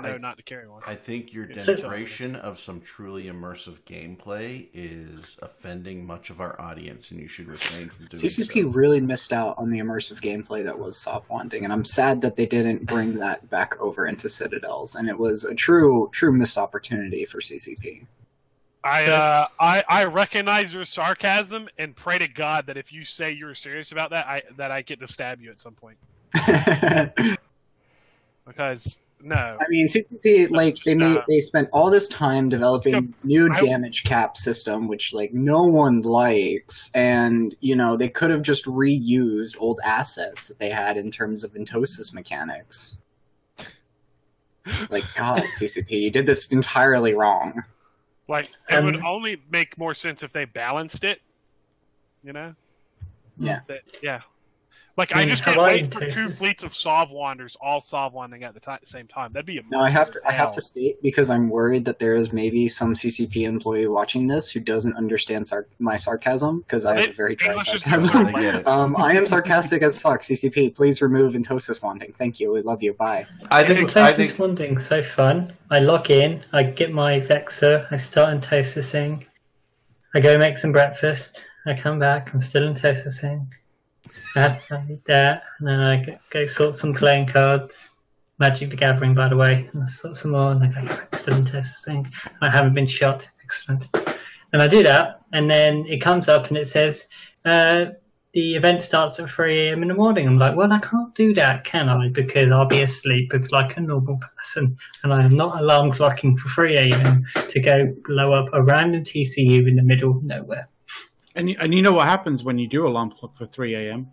know I- not to carry one. I think your It's so- denigration of some truly immersive gameplay is offending much of our audience, and you should refrain from doing CCP so. really missed out on the immersive gameplay that was soft wanding, and I'm sad that they didn't bring that back over into Citadels. And it was a true true missed opportunity for CCP. I uh, I I recognize your sarcasm and pray to God that if you say you're serious about that, I that I get to stab you at some point I because no, mean, CCP like they made, Uh, they spent all this time developing new I- damage cap system, which like no one likes, and you know they could have just reused old assets that they had in terms of entosis mechanics. Like God, CCP, you did this entirely wrong. like it would Um, only make more sense if they balanced it. You know. Yeah. That, yeah. Like I Mm, just can't Hawaiian wait for two Toasters. fleets of Sovlanders all Sovlanding at the ti- same time. That'd be No, I have to. amazing I as have to hell. state because I'm worried that there is maybe some CCP employee watching this who doesn't understand sar- my sarcasm because I have a very dry English is I sarcasm. get it. um, I am sarcastic as fuck. CCP, please remove Intosis wanting. Thank you. We love you. Bye. I Think, think I think Funding so fun. I log in, I get my Vexer, I start entosising, I go make some breakfast, I come back, I'm still entosising. I have fun with that, and then I go- go sort some playing cards. Magic the Gathering, by the way. And I sort some more, and I go, "I'm still entosising. I haven't been shot. Excellent. And I do that, and then it comes up and it says, uh, the event starts at 3 a.m. in the morning. I'm like, well, I can't do that, can I? Because I'll be asleep like a normal person, and I am not alarm clocking for 3 a.m. to go blow up a random TCU in the middle of nowhere. And you, and you know what happens when you do alarm clock for 3 a.m.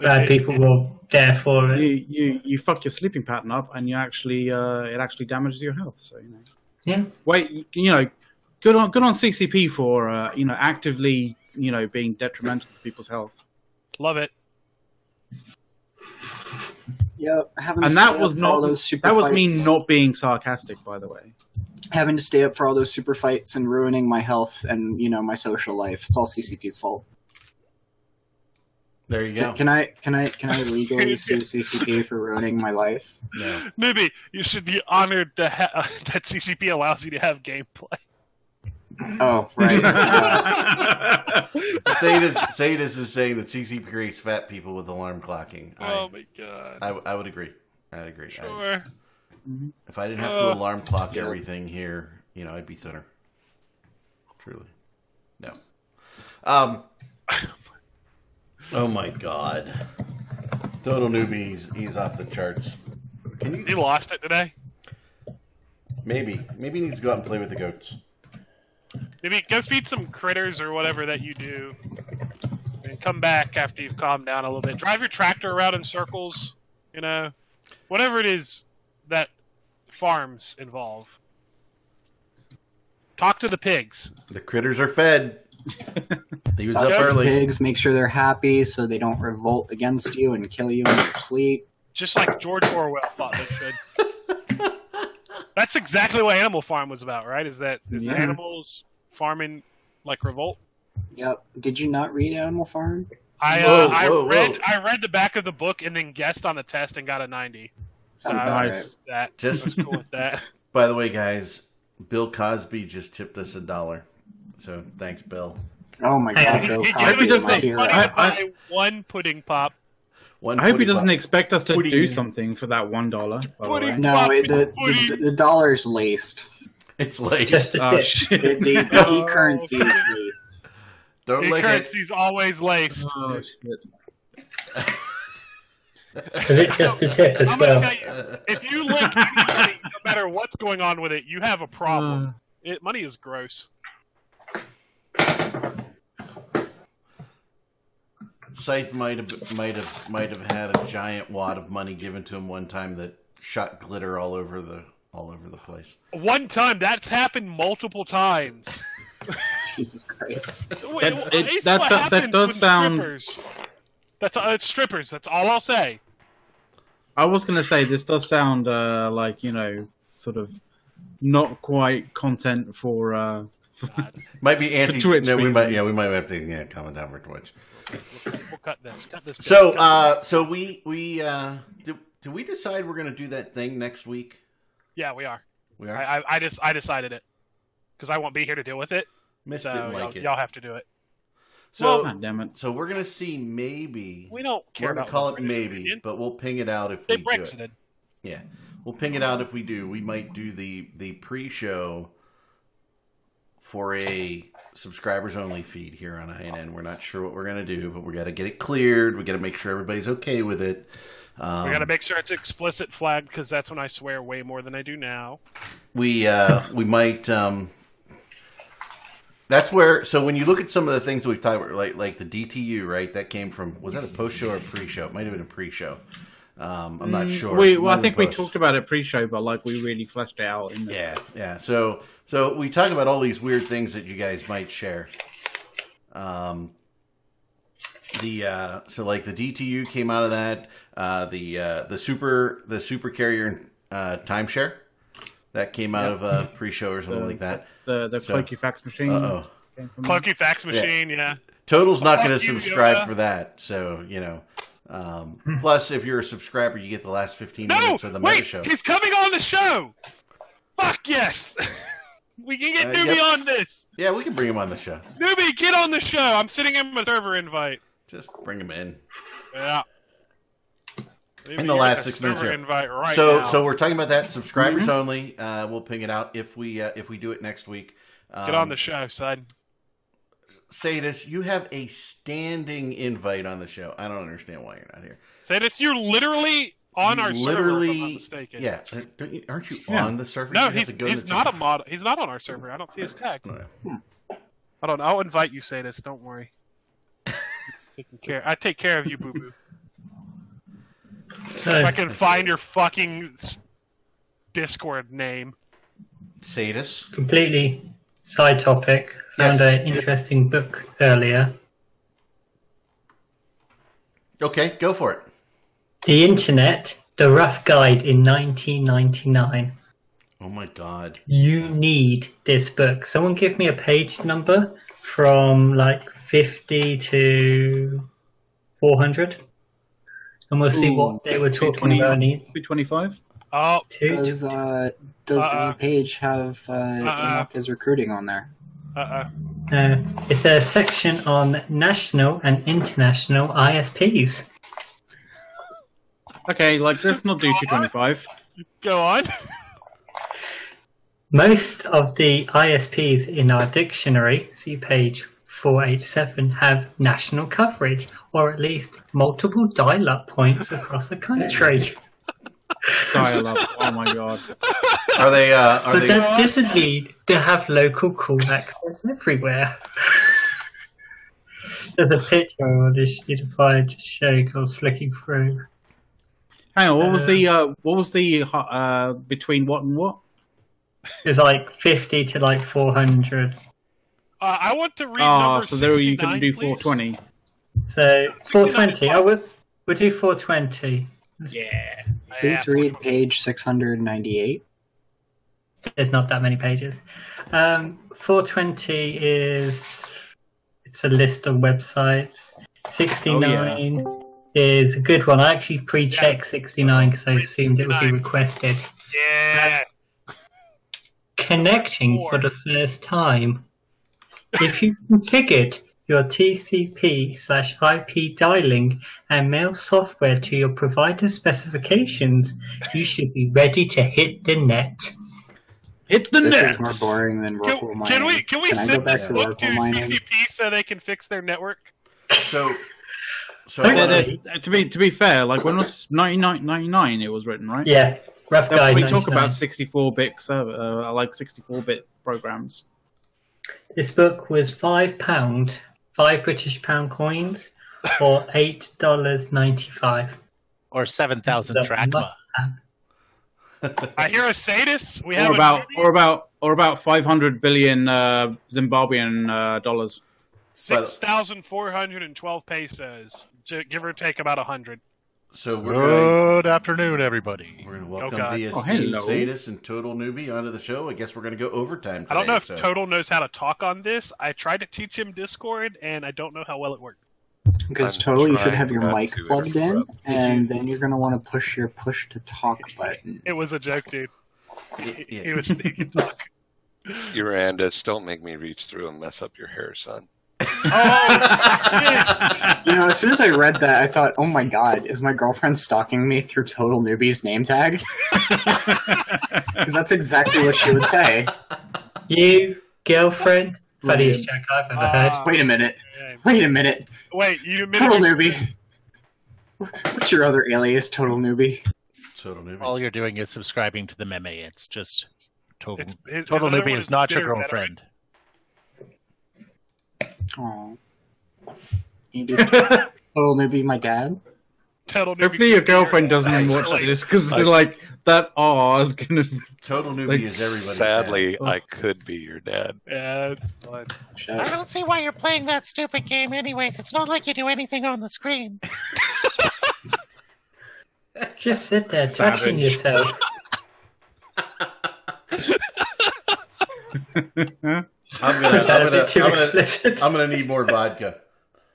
Bad people were there for it. You, you you fuck your sleeping pattern up, and you actually uh, it actually damages your health. So you know, Yeah. wait, you know, good on good on CCP for uh, you know actively you know being detrimental to people's health. Love it. Yep. Having to And stay that up was for not all those super that was me fights- not being sarcastic, by the way. having to stay up for all those super fights and ruining my health and you know my social life. It's all CCP's fault. there you Can- go. Can I can I can I legally sue CCP for ruining my life? No. Maybe you should be honored to ha- that CCP allows you to have gameplay. Oh right. Yeah. Sadis, Sadis is saying that CCP creates fat people with alarm clocking. Oh my god. I, I, I would agree. I'd agree. I- Sure. if I didn't have to Uh, alarm clock yeah. everything here, you know, I'd be thinner. Truly. No. Um. Oh my god. Total newbie, he's, he's off the charts. Can you He lost it today. Maybe. Maybe he needs to go out and play with the goats. Maybe go feed some critters or whatever that you do, and come back after you've calmed down a little bit. Drive your tractor around in circles. You know, whatever it is that farms involve. Talk to the pigs. The critters are fed. he was Talk up to the early. Pigs, make sure they're happy so they don't revolt against you and kill you in your sleep. just like George Orwell thought they should. That's exactly what Animal Farm was about, right? Is that is Yeah. animals farming like revolt? Yep. Did you not read Animal Farm? I Whoa, uh, I whoa, read whoa. I read the back of the book and then guessed on the test and got a ninety. So Sounds Uh, I about was that Just- I was cool with that. By the way, guys, Bill Cosby just tipped us a dollar. So thanks, Bill. right. Oh my Hey, god, did- Bill It- it I Cosby, was just my like think- hero. money I- to I- buy one pudding pop. One I hope he forty doesn't bucks. expect us to What do you do mean? something for that one dollar. by the What do you- way. No, it, the, the, the dollar's laced. It's like Just a Oh bit. The, shit! the, the e Oh, currency is okay. laced. don't The lick it. currency's always laced. Oh, shit. Is it just a tip as I'm gonna well? tell you, if you lick any money, no matter what's going on with it, you have a problem. Uh, It, money is gross. Scythe might have might have might have had a giant wad of money given to him one time that shot glitter all over the all over the place. One time, that's happened multiple times. Jesus Christ. Wait, That- wait, it- it's that- what that- that happens does with sound- Strippers. That's uh, it's strippers. That's all I'll say. I was gonna say this does sound uh, like you know sort of not quite content for. Uh, That's- Might be anti. Twitch, no, we we- might. Yeah, we might have to yeah comment down for Twitch. we'll cut this. Cut this. So, cut this. uh, so we we uh, do, do we decide we're gonna do that thing next week? yeah, we are. We are. I, I, I just I decided it because I won't be here to deal with it. Missed So didn't y'all, like it. y'all have to do it. So, God damn it! so we're gonna see maybe. We don't care We're gonna about call what it the British maybe, Union. but we'll ping it out if They we do it. Brexited. Yeah, we'll ping it out if we do. We might do the the pre-show for a subscribers only feed here on INN. We're not sure what we're gonna do, but we got to get it cleared. We got to make sure everybody's okay with it. Um, we gotta make sure it's explicit flagged because that's when I swear way more than I do now. we uh, we might. Um, that's where. So when you look at some of the things that we've talked about, like like the DTU, right? That came from was that a post show or a pre-show? It might have been a pre-show. Um, I'm not sure. Mm, We, well, I Might have been think we post. talked about it pre-show, but like we really fleshed it out in the Yeah, yeah. So so we talk about all these weird things that you guys might share. Um the uh, so like the DTU came out of that uh, the uh, the super the super carrier uh, timeshare that came out of uh, pre-show or something The- like that. The the So- cloaky fax machine. Uh oh. came from- Clunky fax machine, yeah. Total's not going to Fuck you, subscribe Yoda. for that. So you know. Um, plus, if you're a subscriber, you get the last 15 No, minutes of the meta wait, show. he's coming on the show. Fuck yes, we can get Uh, Newbie yep. on this. Yeah, we can bring him on the show. Newbie, get on the show. I'm sending him a server invite. Just bring him in. Yeah. Newbie, the you last get a six minutes server here. Invite right so now. Mm-hmm. so we're talking about that subscribers only. Uh, we'll ping it out if we uh, if we do it next week. Um, get on the show, son. Sadis, you have a standing invite on the show. I don't understand why you're not here. Sadis, you're literally on You our server. If I'm not mistaken. yeah. Uh, Don't you, aren't you Yeah. on the server? You No, have he's to go to he's the Oh, not a channel. mod. He's not on our server. I don't see his tag. No, no. Hold on, I'll invite you, Sadis. Don't worry. Taking care. I take care of you, Boo Boo. So, If I can find your fucking s- Discord name. Sadis. completely side topic. Found Yes. an interesting book earlier. Okay, go for it. The Internet, The Rough Guide in 1999. Oh my god. You need this book. Someone give me a page number from like 50 to 400, and we'll see Ooh, what they were talking about. in it. 225? Oh, Two Does uh, does Uh-uh. the page have uh, Uh-uh. Enoch's recruiting on there? uh, uh, No, it's a section on national and international ISPs. Okay, like let's not do 225. go on. Uh, Most of the ISPs in our dictionary, see page 487, have national coverage, or at least multiple dial up points across the country. Dial up. Oh my god. Are they uh are But they that doesn't mean they have local call access everywhere. There's a picture of this unified show I was flicking through. Hang on, what was Uh, the uh what was the uh between what and what? It's like 50 to like 400. Uh, I want to read Oh, Ah, number so there you couldn't do 69, please. 420. So 420. Oh, we'll, we'll do 420. Yeah. Please read page six hundred ninety eight. There's not that many pages. Um, 420 is it's a list of websites. 69 Oh, is a good one. I actually pre-checked 69 because I assumed it would be 69. requested. Yeah. Connecting for the first time. If you configured your TCP slash IP dialing and mail software to your provider specifications, you should be ready to hit the net. Hit the This net. is more boring than Can, Oracle mining. can we can we Can I go send back this to book to Oracle mining? CCP so they can fix their network? so so They're- Yeah, they're- there's- uh, to be to be fair, like when was 99 it was written, right? Yeah, rough Now, guide. we talk 99. about 64-bit server, uh, like 64-bit programs. This book was five pound, five British pound coins, or eight dollars ninety-five. or 7,000 drachma. I hear a sadist. We have Or about a or about or about 500 billion uh, Zimbabwean uh, dollars. six thousand four hundred and twelve pesos, J- give or take about a hundred. so we're going Good afternoon, everybody. we're gonna welcome God. the Oh, esteemed hello. Sadis and Total Newbie onto the show. I guess we're gonna go overtime today. I don't know if so. Total knows how to talk on this. I tried to teach him Discord, and I don't know how well it worked. Because I'm totally, you should trying have your not mic to plugged in, interrupt. and then you're gonna want to push your push to talk button. It was a joke, dude. Yeah, yeah. He was he could talk. Urandus, don't make me reach through and mess up your hair, son. You know, as soon as I read that, I thought, "Oh my god, is my girlfriend stalking me through Total Newbie's name tag?" Because that's exactly what she would say. You girlfriend? Funniest Brilliant. joke I've ever Ah. Uh, Wait a minute. yeah. Wait a minute. Wait, you Total admitted Newbie. What's your other alias, Total Newbie? Total Newbie. All you're doing is subscribing to the meme. It's just total. It's- his- total his other newbie one is not your bitter veteran. girlfriend. Aw. You just- Total Newbie, my dad. Total newbie Hopefully your community. girlfriend doesn't Hey, watch like- this because like that R is gonna. Total newbie Like, is everybody. Sadly, Oh. I could be your dad. Yeah, it's fun. Shut I up. don't see why you're playing that stupid game, anyways. It's not like you do anything on the screen. Just sit there touching Savage. yourself. I'm gonna, Was that I'm gonna, a bit too I'm gonna, explicit? I'm gonna need more vodka.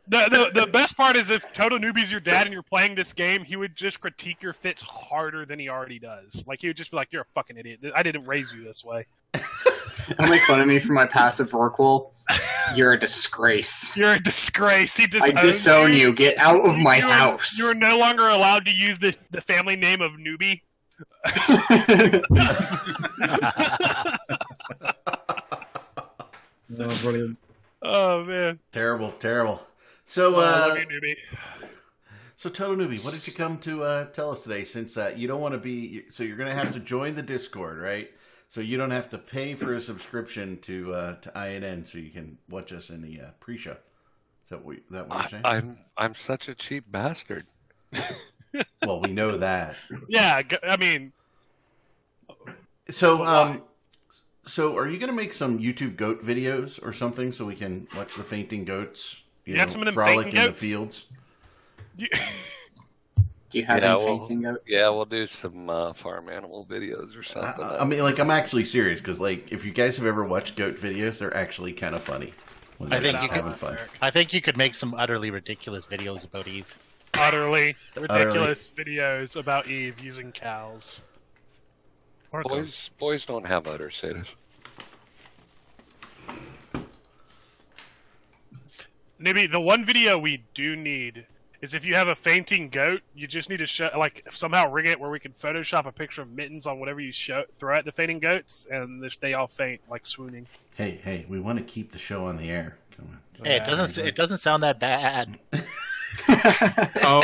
The, the the best part is if Toto Newbie's your dad and you're playing this game, he would just critique your fits harder than he already does. Like he would just be like, "You're a fucking idiot. I didn't raise you this way. Don't make fun of me for my passive work roll. You're a disgrace. You're a disgrace." He I disowns disown you. Get out of my You are- house. You are no longer allowed to use the, the family name of Newbie. No, brilliant. Oh man, Terrible, terrible. So, Oh, I uh, love you, Newbie. so total newbie, what did you come to uh, tell us today? Since uh, you don't want to be, so you're gonna have to join the Discord, right? So you don't have to pay for a subscription to uh, to INN, so you can watch us in the uh, pre-show. Is that what, that what you're I, saying? I'm I'm such a cheap bastard. well, we know that. Yeah, g- I mean, So, um, so are you going to make some YouTube goat videos or something so we can watch the fainting goats? You, You got some of them frolic fainting in the goats? fields. you, Do you have Yeah, any well, fainting goats? Yeah, we'll do some uh, farm animal videos or I, something. I- I mean, like, I'm actually serious because, like, if you guys have ever watched goat videos, they're actually kind of funny. When I they're think just you could- having fun. I think you could make some utterly ridiculous videos about Eve. utterly ridiculous videos about Eve using cows. Or goats. boys boys don't have utter sadism. Maybe the one video we do need is if you have a fainting goat, you just need to show like somehow rig it where we can Photoshop a picture of mittens on whatever you show, throw at the fainting goats, and this- they all faint like swooning. Hey, hey, we want to keep the show on the air. Come on. Hey, it doesn't it doesn't sound that bad. Oh,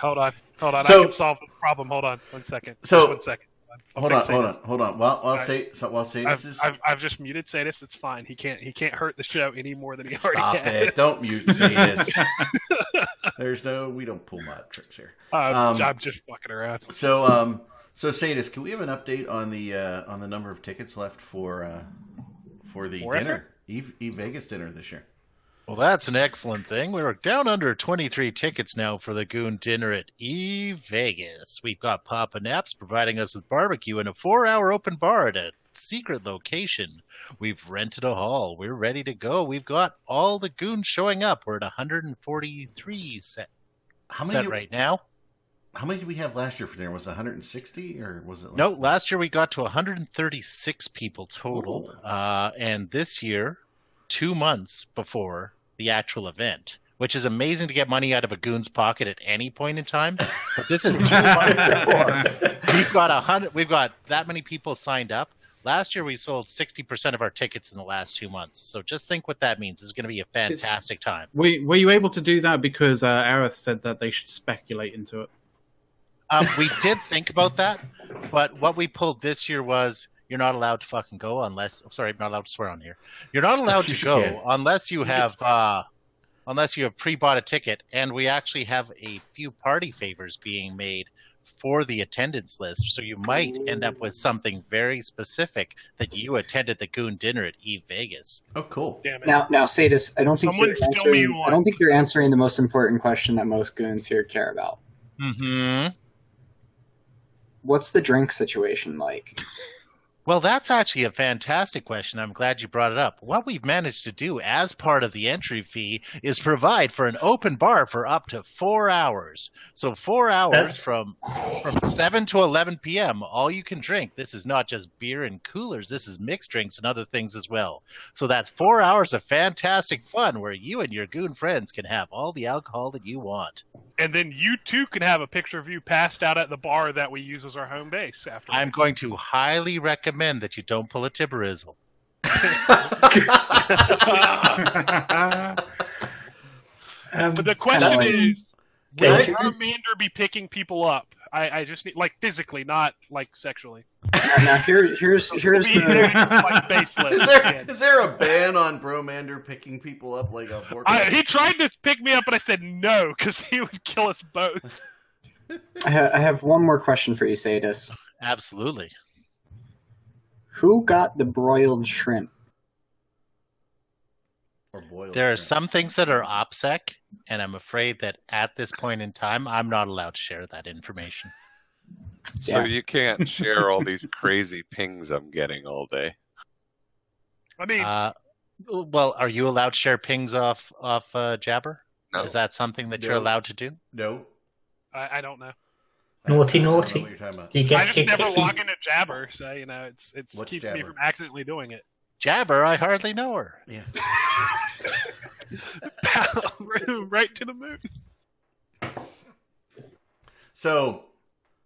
Hold on, hold on, So- I can solve the problem. Hold on, one second. So- Just one second. I'm Hold on, fixated. hold on, hold on. While while Alright. say so, while say this I've, is I've, I've just muted Sadis. It's fine. He can't he can't hurt the show any more than he stop already can. it. Don't mute Sadis. There's no, we don't pull mod tricks here. I'm, Um, I'm just fucking around. So, um, so Sadis, can we have an update on the uh, on the number of tickets left for uh, for the More dinner, Eve, Eve Vegas dinner this year? Well, that's an excellent thing. We're down under 23 tickets now for the Goon Dinner at E Vegas. We've got Papa Naps providing us with barbecue and a four hour open bar at a secret location. We've rented a hall. We're ready to go. We've got all the Goons showing up. We're at 143 set, How many? set do- right now. How many did we have last year for dinner? Was it 160 or was it? Less No, last year we got to 136 people total, Ooh. uh, and this year, two months before the actual event, which is amazing to get money out of a goon's pocket at any point in time. But this is two months before. We've got a hundred. We've got that many people signed up. Last year we sold 60% of our tickets in the last two months. So just think what that means. This is going to be a fantastic time. were, were you able to do that because uh, Aerith said that they should speculate into it? Um, we did think about that, but what we pulled this year was you're not allowed to fucking go unless. oh, Sorry, I'm not allowed to swear on here. You're not allowed You to go can. unless you have uh, unless you have pre-bought a ticket, and we actually have a few party favors being made for the attendance list. So you might end up with something very specific that you attended the Goon Dinner at Eve Vegas. Oh, cool. Damn it. Now, now, Sadis, I don't think Someone you're steal answering, me one. I don't think you're answering the most important question that most goons here care about. Mm-hmm. What's the drink situation like? Well, that's actually a fantastic question. I'm glad you brought it up. What we've managed to do as part of the entry fee is provide for an open bar for up to four hours. So four hours That's- from from seven to eleven p.m. All you can drink. This is not just beer and coolers. This is mixed drinks and other things as well. So that's four hours of fantastic fun where you and your goon friends can have all the alcohol that you want. And then you too can have a picture of you passed out at the bar that we use as our home base. After I'm going to highly recommend that you don't pull a Tiberizzle. Um, But the question Kinda like- is, Yeah, will just- Charmander be picking people up I, I just need like physically, not like sexually. now here, here's here's Even if the it's like uh, facelift. Is there man. is there a ban on Bromander picking people up like a fork? I, he tried to pick me up, but I said no because he would kill us both. I, ha- I have one more question for you, Sadis. Absolutely. Who got the broiled shrimp? Or boiled There are shrimp? some things that are OPSEC, and I'm afraid that at this point in time, I'm not allowed to share that information. So Yeah. you can't share all these crazy pings I'm getting all day. I mean, Uh, well, are you allowed to share pings off off uh, Jabber? No. Is that something that you're No. allowed to do? No. I, I don't know. Naughty, I don't know naughty. what you're talking about. You I get just kicked. never log into Jabber, so you know it's it's What's keeps me Jabber? from accidentally doing it. Jabber, I hardly know her. Yeah. right to the moon. So,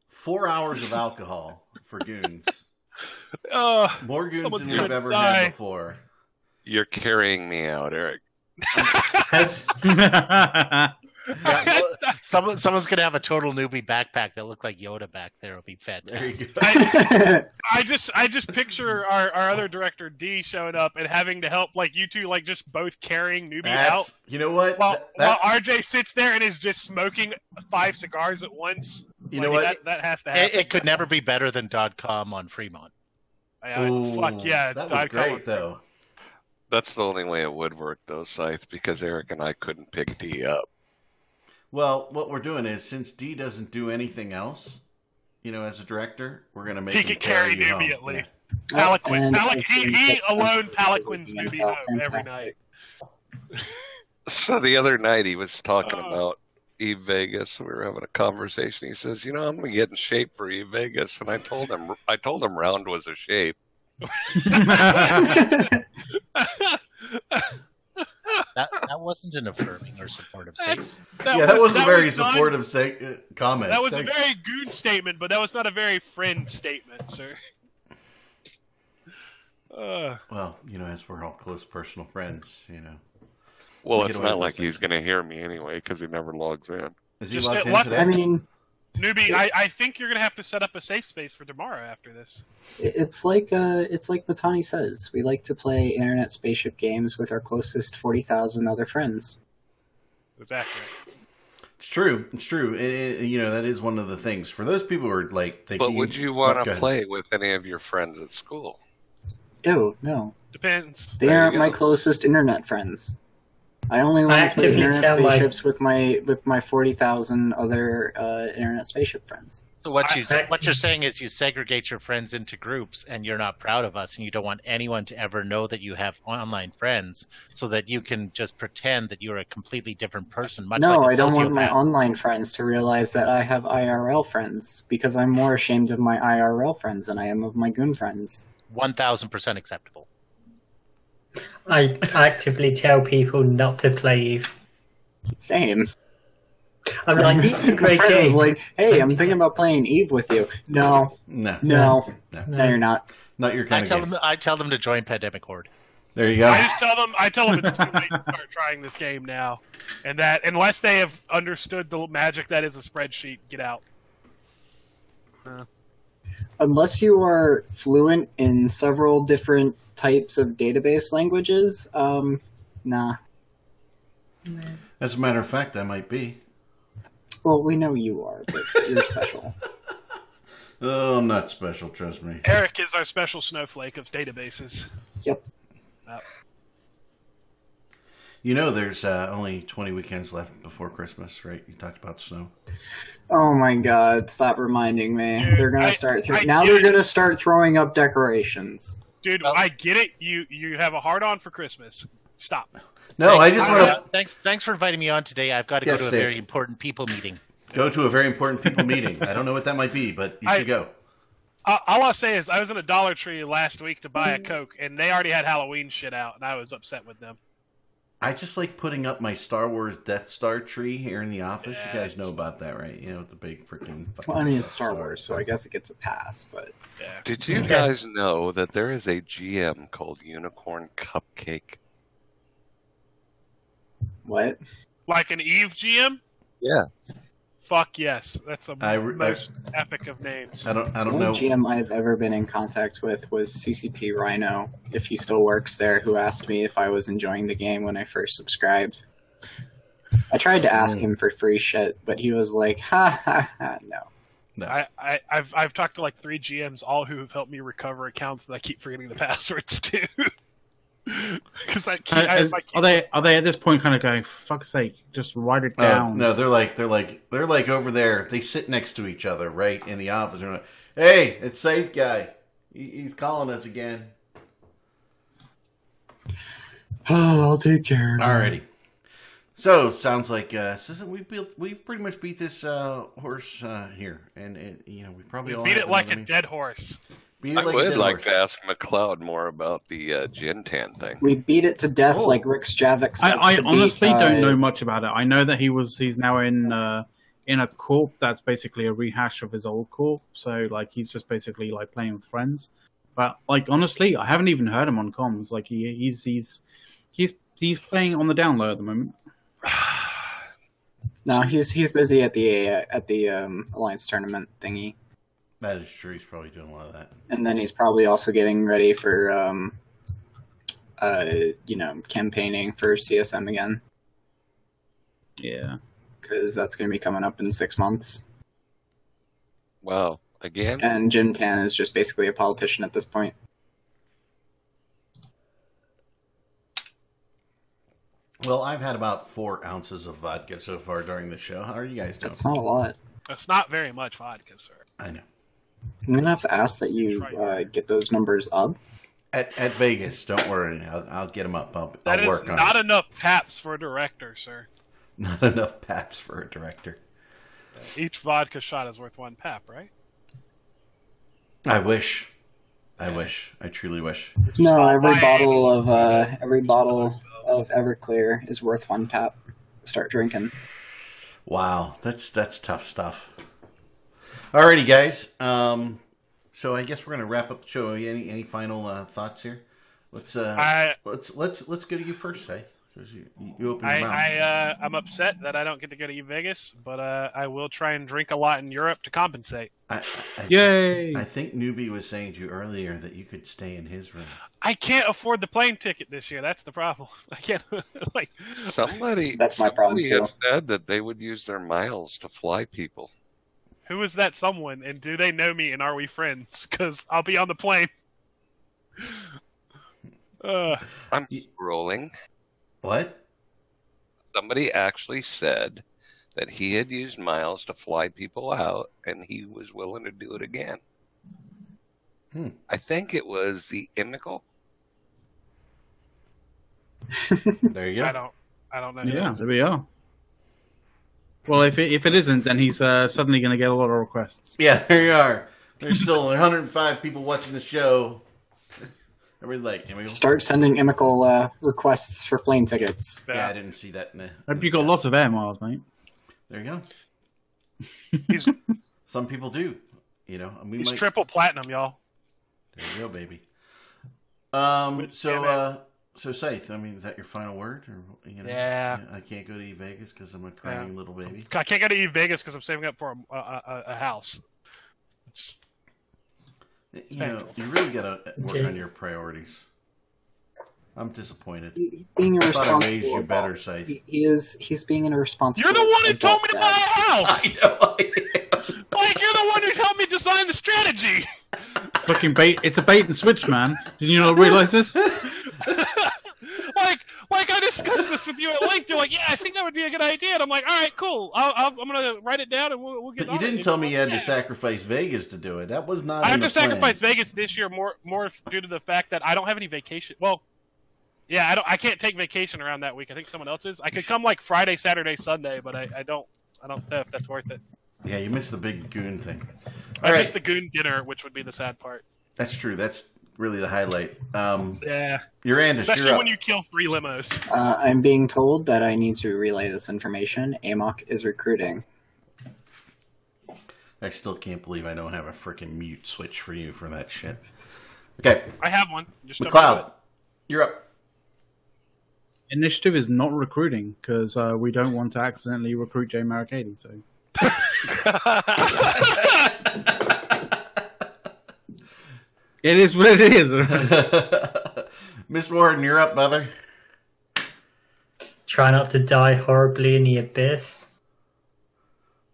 four hours of alcohol for goons. Uh, More goons Someone's than we've gonna ever die. had before. You're carrying me out, Eric. Has, Uh, Someone, someone's gonna have a total newbie backpack that look like Yoda back there. It'll be There fantastic. you go. I, yeah, I just I just picture our, our other director D showing up and having to help like you two like just both carrying newbie out That's, you know what? while That- that- while RJ sits there and is just smoking five cigars at once. you Like, know what? that, that has to happen. It, it could never be better than .com on Fremont. Yeah, fuck Ooh, yeah, that was I'd come great though. That's the only way it would work, though, Scythe, because Eric and I couldn't pick D up. Well, what we're doing is since D doesn't do anything else, you know, as a director, we're gonna make He him can carry you home. immediately. Yeah. Palaquin. and Palaquin. He, he it's- alone Palaquin's newbie home every Fantastic. night. So the other night he was talking Oh. about E Vegas. We were having a conversation. He says, "You know, I'm gonna get in shape for E Vegas," and I told him, I told him round was a shape. That that wasn't an affirming or supportive statement. That's- yeah, that was, a very was non- supportive seg- uh, comment. That was a Thanks. very good statement, but that was not a very friend statement, sir. Uh, well, you know, as we're all close personal friends, you know. Well, We it's get away not with like things. he's gonna hear me anyway because he never logs in. Is he Just logged get in lucky. today? I mean, newbie, I, I think you're gonna have to set up a safe space for tomorrow after this. It- It's like uh, it's like Batani says. We like to play internet spaceship games with our closest forty thousand other friends. Exactly. it's true. It's true. It, it- you know, that is one of the things for those people who are like thinking. But would you Oh, want go to ahead. play with any of your friends at school? Oh no, Depends. they There you aren't my go. closest internet friends. I only want to play actively internet tell my- spaceships with my with my forty thousand other uh, internet spaceship friends. So what you I- what you're saying is you segregate your friends into groups, and you're not proud of us, and you don't want anyone to ever know that you have online friends, so that you can just pretend that you're a completely different person. Much no, like a I don't want my sociopath. online friends to realize that I have IRL friends because I'm more ashamed of my IRL friends than I am of my goon friends. One thousand percent acceptable. I actively tell people not to play Eve. Same. I'm like, it's a great My friend was game. like, hey, I'm thinking about playing Eve with you. No, No, no, No. no, you're not. not your I kind tell of game. them I tell them to join Pandemic Horde. There you go. I just tell them I tell them it's too late to start trying this game now, and that unless they have understood the magic that is a spreadsheet, get out. Unless you are fluent in several different types of database languages, um, nah. As a matter of fact, I might be. Well, we know you are, but you're special. Oh, I'm not special. Trust me. Eric is our special snowflake of databases. Yep. You know, there's uh, only 20 weekends left before Christmas, right? You talked about snow. Oh my god, stop reminding me. Dude, they're gonna I- start thro- I now did- they're gonna start throwing up decorations. Dude, Well- I get it. You you have a hard on for Christmas. Stop. No, I Thanks- just uh, want to thanks thanks for inviting me on today. I've got to Yes, go to a yes. very important people meeting. go to a very important people meeting. I don't know what that might be, but you I- should go. Uh, all I'll say is I was in a Dollar Tree last week to buy a Coke, and they already had Halloween shit out, and I was upset with them. I just like putting up my Star Wars Death Star tree here in the office. Yeah, you guys it's- know about that, right? You know, with the big freaking. Well, I mean it's Star Wars, so I guess it gets a pass, but Yeah. Did you Okay. guys know that there is a GM called Unicorn Cupcake? what? Like an Eve GM? Yeah. Fuck yes, that's the I re- I- most epic of names. I don't. I The don't only know. GM I've ever been in contact with was CCP Rhino, if he still works there, who asked me if I was enjoying the game when I first subscribed. I tried to ask him for free shit, but he was like, ha ha ha, no. I, I, I've I've talked to like three GMs, all who have helped me recover accounts that I keep forgetting the passwords to. Because I keep, Uh, I, is- I keep are they are they at this point kind of going? For fuck's sake, just write it No, down. Uh, no, they're like they're like they're like over there. They sit next to each other, right in the office. They're like, hey, it's Safe Guy. He, he's calling us again. Oh, I'll take care of it. Alrighty. So sounds like uh, Susan, we built, we pretty much beat this uh, horse uh, here, and it, you know we probably all beat have it like a another meeting. dead horse. Beat it I like a would dead like horse. to ask McLeod more about the uh, Gentan thing. We beat it to death Oh. like Rick Javik I, said. I honestly don't know much about it. I know that he was he's now in uh, in a corp that's basically a rehash of his old corp. So like he's just basically like playing with friends. But like honestly, I haven't even heard him on comms. Like he, he's he's he's he's playing on the down low at the moment. No, he's he's busy at the uh, at the um, Alliance tournament thingy, That is true. He's probably doing a lot of that. and then he's probably also getting ready for um, uh, you know campaigning for CSM again Yeah. because that's going to be coming up in six months. Wow, again? And Jim Tan is just basically a politician at this point. Well, I've had about four ounces of vodka so far during the show. How are you guys doing? That's not a lot. That's not very much vodka, sir. I know. I'm gonna have to ask that you uh, get those numbers up. At, at Vegas, don't worry. I'll, I'll get them up. I'll, That I'll is work on not it. enough taps for a director, sir. not enough paps for a director. Each vodka shot is worth one pap, right? I wish. I wish. I truly wish. No, every Bye. bottle of uh, every bottle of Everclear is worth one tap. Start drinking. Wow, that's that's tough stuff. Alrighty, guys. Um, so I guess we're gonna wrap up the show. Any any final uh, thoughts here? Let's uh, I let's let's let's go to you first, Seth, because you, you opened I, your mouth. I uh, I'm upset that I don't get to go to Vegas, but uh, I will try and drink a lot in Europe to compensate. I, I, I- Yay. I think Newbie was saying to you earlier that you could stay in his room. I can't afford the plane ticket this year. That's the problem. I can't like Somebody, That's my problem, somebody had said that they would use their miles to fly people. who is that someone and do they know me and are we friends? Because I'll be on the plane. Uh, I'm Ye- rolling. What? Somebody actually said that he had used miles to fly people out, and he was willing to do it again. Hmm. I think it was the Imical. There you I go. don't I don't know. who Yeah. that is. There we are. Well, if it, if it isn't, then he's uh, suddenly going to get a lot of requests. Yeah, there you are. There's still 105 people watching the show. Everybody's like, and we Start sending Imical uh, requests for plane tickets. yeah, I Yeah. didn't see that. In the, Hope you got lots of air miles, mate. there you go. He's Some people do, you know. And we he's might, triple platinum, y'all. There you go, baby. Um. Which So, damn it. uh, so Scythe, I mean, is that your final word? Or you know, Yeah. I can't go to Vegas because I'm a crying little baby. I can't go to Vegas because I'm saving up for a, a, a, a house. You know, you really gotta work Okay. on your priorities. I'm disappointed. He- He's being I irresponsible. thought I raised you about- better, Scythe. He he is. He's being an irresponsible. You're the one who told me to adult buy dad. a house. know. I am. Like you're the one who helped me design the strategy. Fucking bait! It's a bait and switch, man. Did you not realize this? like, like I discussed this with you at length. You're like, yeah, I think that would be a good idea, and I'm like, all right, cool. I'll, I'll, I'm gonna write it down, and we'll, we'll get. But you on it." didn't And tell I'm me like, you had "Yeah." to sacrifice Vegas to do it. That was not. I in have the to sacrifice plan. Vegas this year more, more due to the fact that I don't have any vacation. Well, yeah, I don't. I can't take vacation around that week. I think someone else is. I could come like Friday, Saturday, Sunday, but I, I don't. I don't know if that's worth it. Yeah, you missed the big goon thing. I All right, missed the goon dinner, which would be the sad part. that's true. That's really the highlight. Um, Yeah, you're Andis. especially You're up. when you kill three limos. Uh, I'm being told that I need to relay this information. Amok is recruiting. I still can't believe I don't have a freaking mute switch for you for that shit. Okay, I have one. Just don't do it. McLeod, you're up. Initiative is not recruiting because uh, we don't want to accidentally recruit Jay Maricati. So It is what it is. Miss Warden, you're up, mother. Try not to die horribly in the abyss.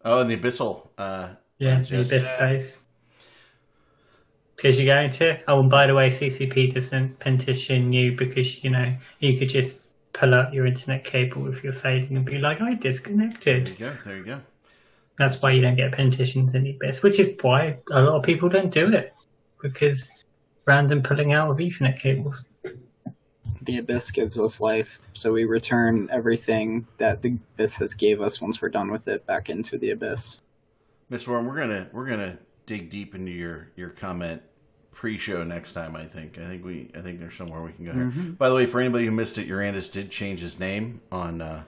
Oh, and the abyssal. Uh, Yeah, Right, the yes. abyss space. Because you're going to. Oh, and by the way, CCP doesn't petition you because you know you could just pull out your internet cable if you're fading and be like, I there you disconnected. go. There you go. That's why you don't get petitions in the abyss, which is why a lot of people don't do it because random pulling out of Ethernet cables. The abyss gives us life, so we return everything that the abyss has gave us once we're done with it back into the abyss. Miss Warren, we're gonna we're gonna dig deep into your your comment pre-show next time. I think I think we I think there's somewhere we can go. Here. By the way, for anybody who missed it, Urandis did change his name on uh,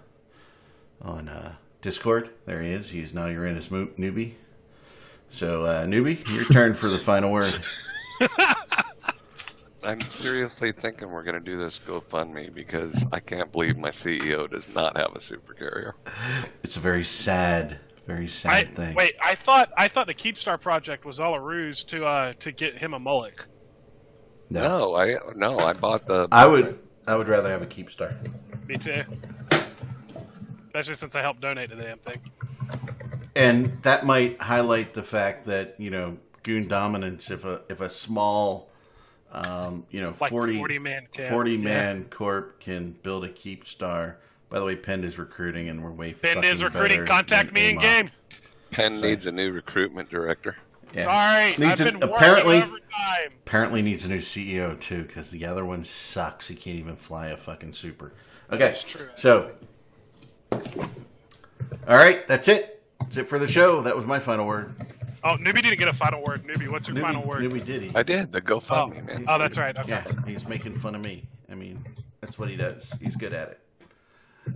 on uh, Discord. There he is. He's now Uranus Mo- newbie. So uh, newbie, your turn for the final word. I'm seriously thinking we're going to do this GoFundMe because I can't believe my CEO does not have a supercarrier. It's a very sad, very I, sad thing. wait, I thought I thought the Keepstar project was all a ruse to uh, to get him a mullock. No, No, I no, I bought the. I would I would rather have a keep star. Me too. Especially since I helped donate to the damn thing. and that might highlight the fact that you know goon dominance if a if a small um, you know Like 40, 40 man cap, 40 yeah. man corp can build a keep star by the way pend is recruiting and we're way Finn is fucking recruiting. better Contact than me in AMOP. game. Penn needs a new recruitment director. Yeah. Sorry, Needs I've an- been apparently- working overtime. apparently needs a new ceo too because the other one sucks he can't even fly a fucking super okay so all right that's it that's it for the show that was my final word Oh, Newbie didn't get a final word. Newbie, what's your Newbie- final word? Newbie did he? I did the Oh. GoFundMe man. oh, that's right. Okay. Yeah, he's making fun of me. I mean, that's what he does. He's good at it.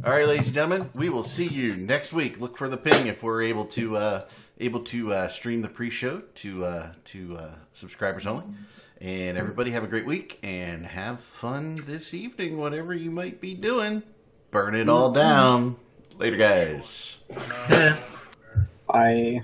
All right, ladies and gentlemen, we will see you next week. Look for the ping if we're able to uh, able to uh, stream the pre-show to uh, to uh, subscribers only. And everybody have a great week and have fun this evening, whatever you might be doing. Burn it all down. Later, guys. I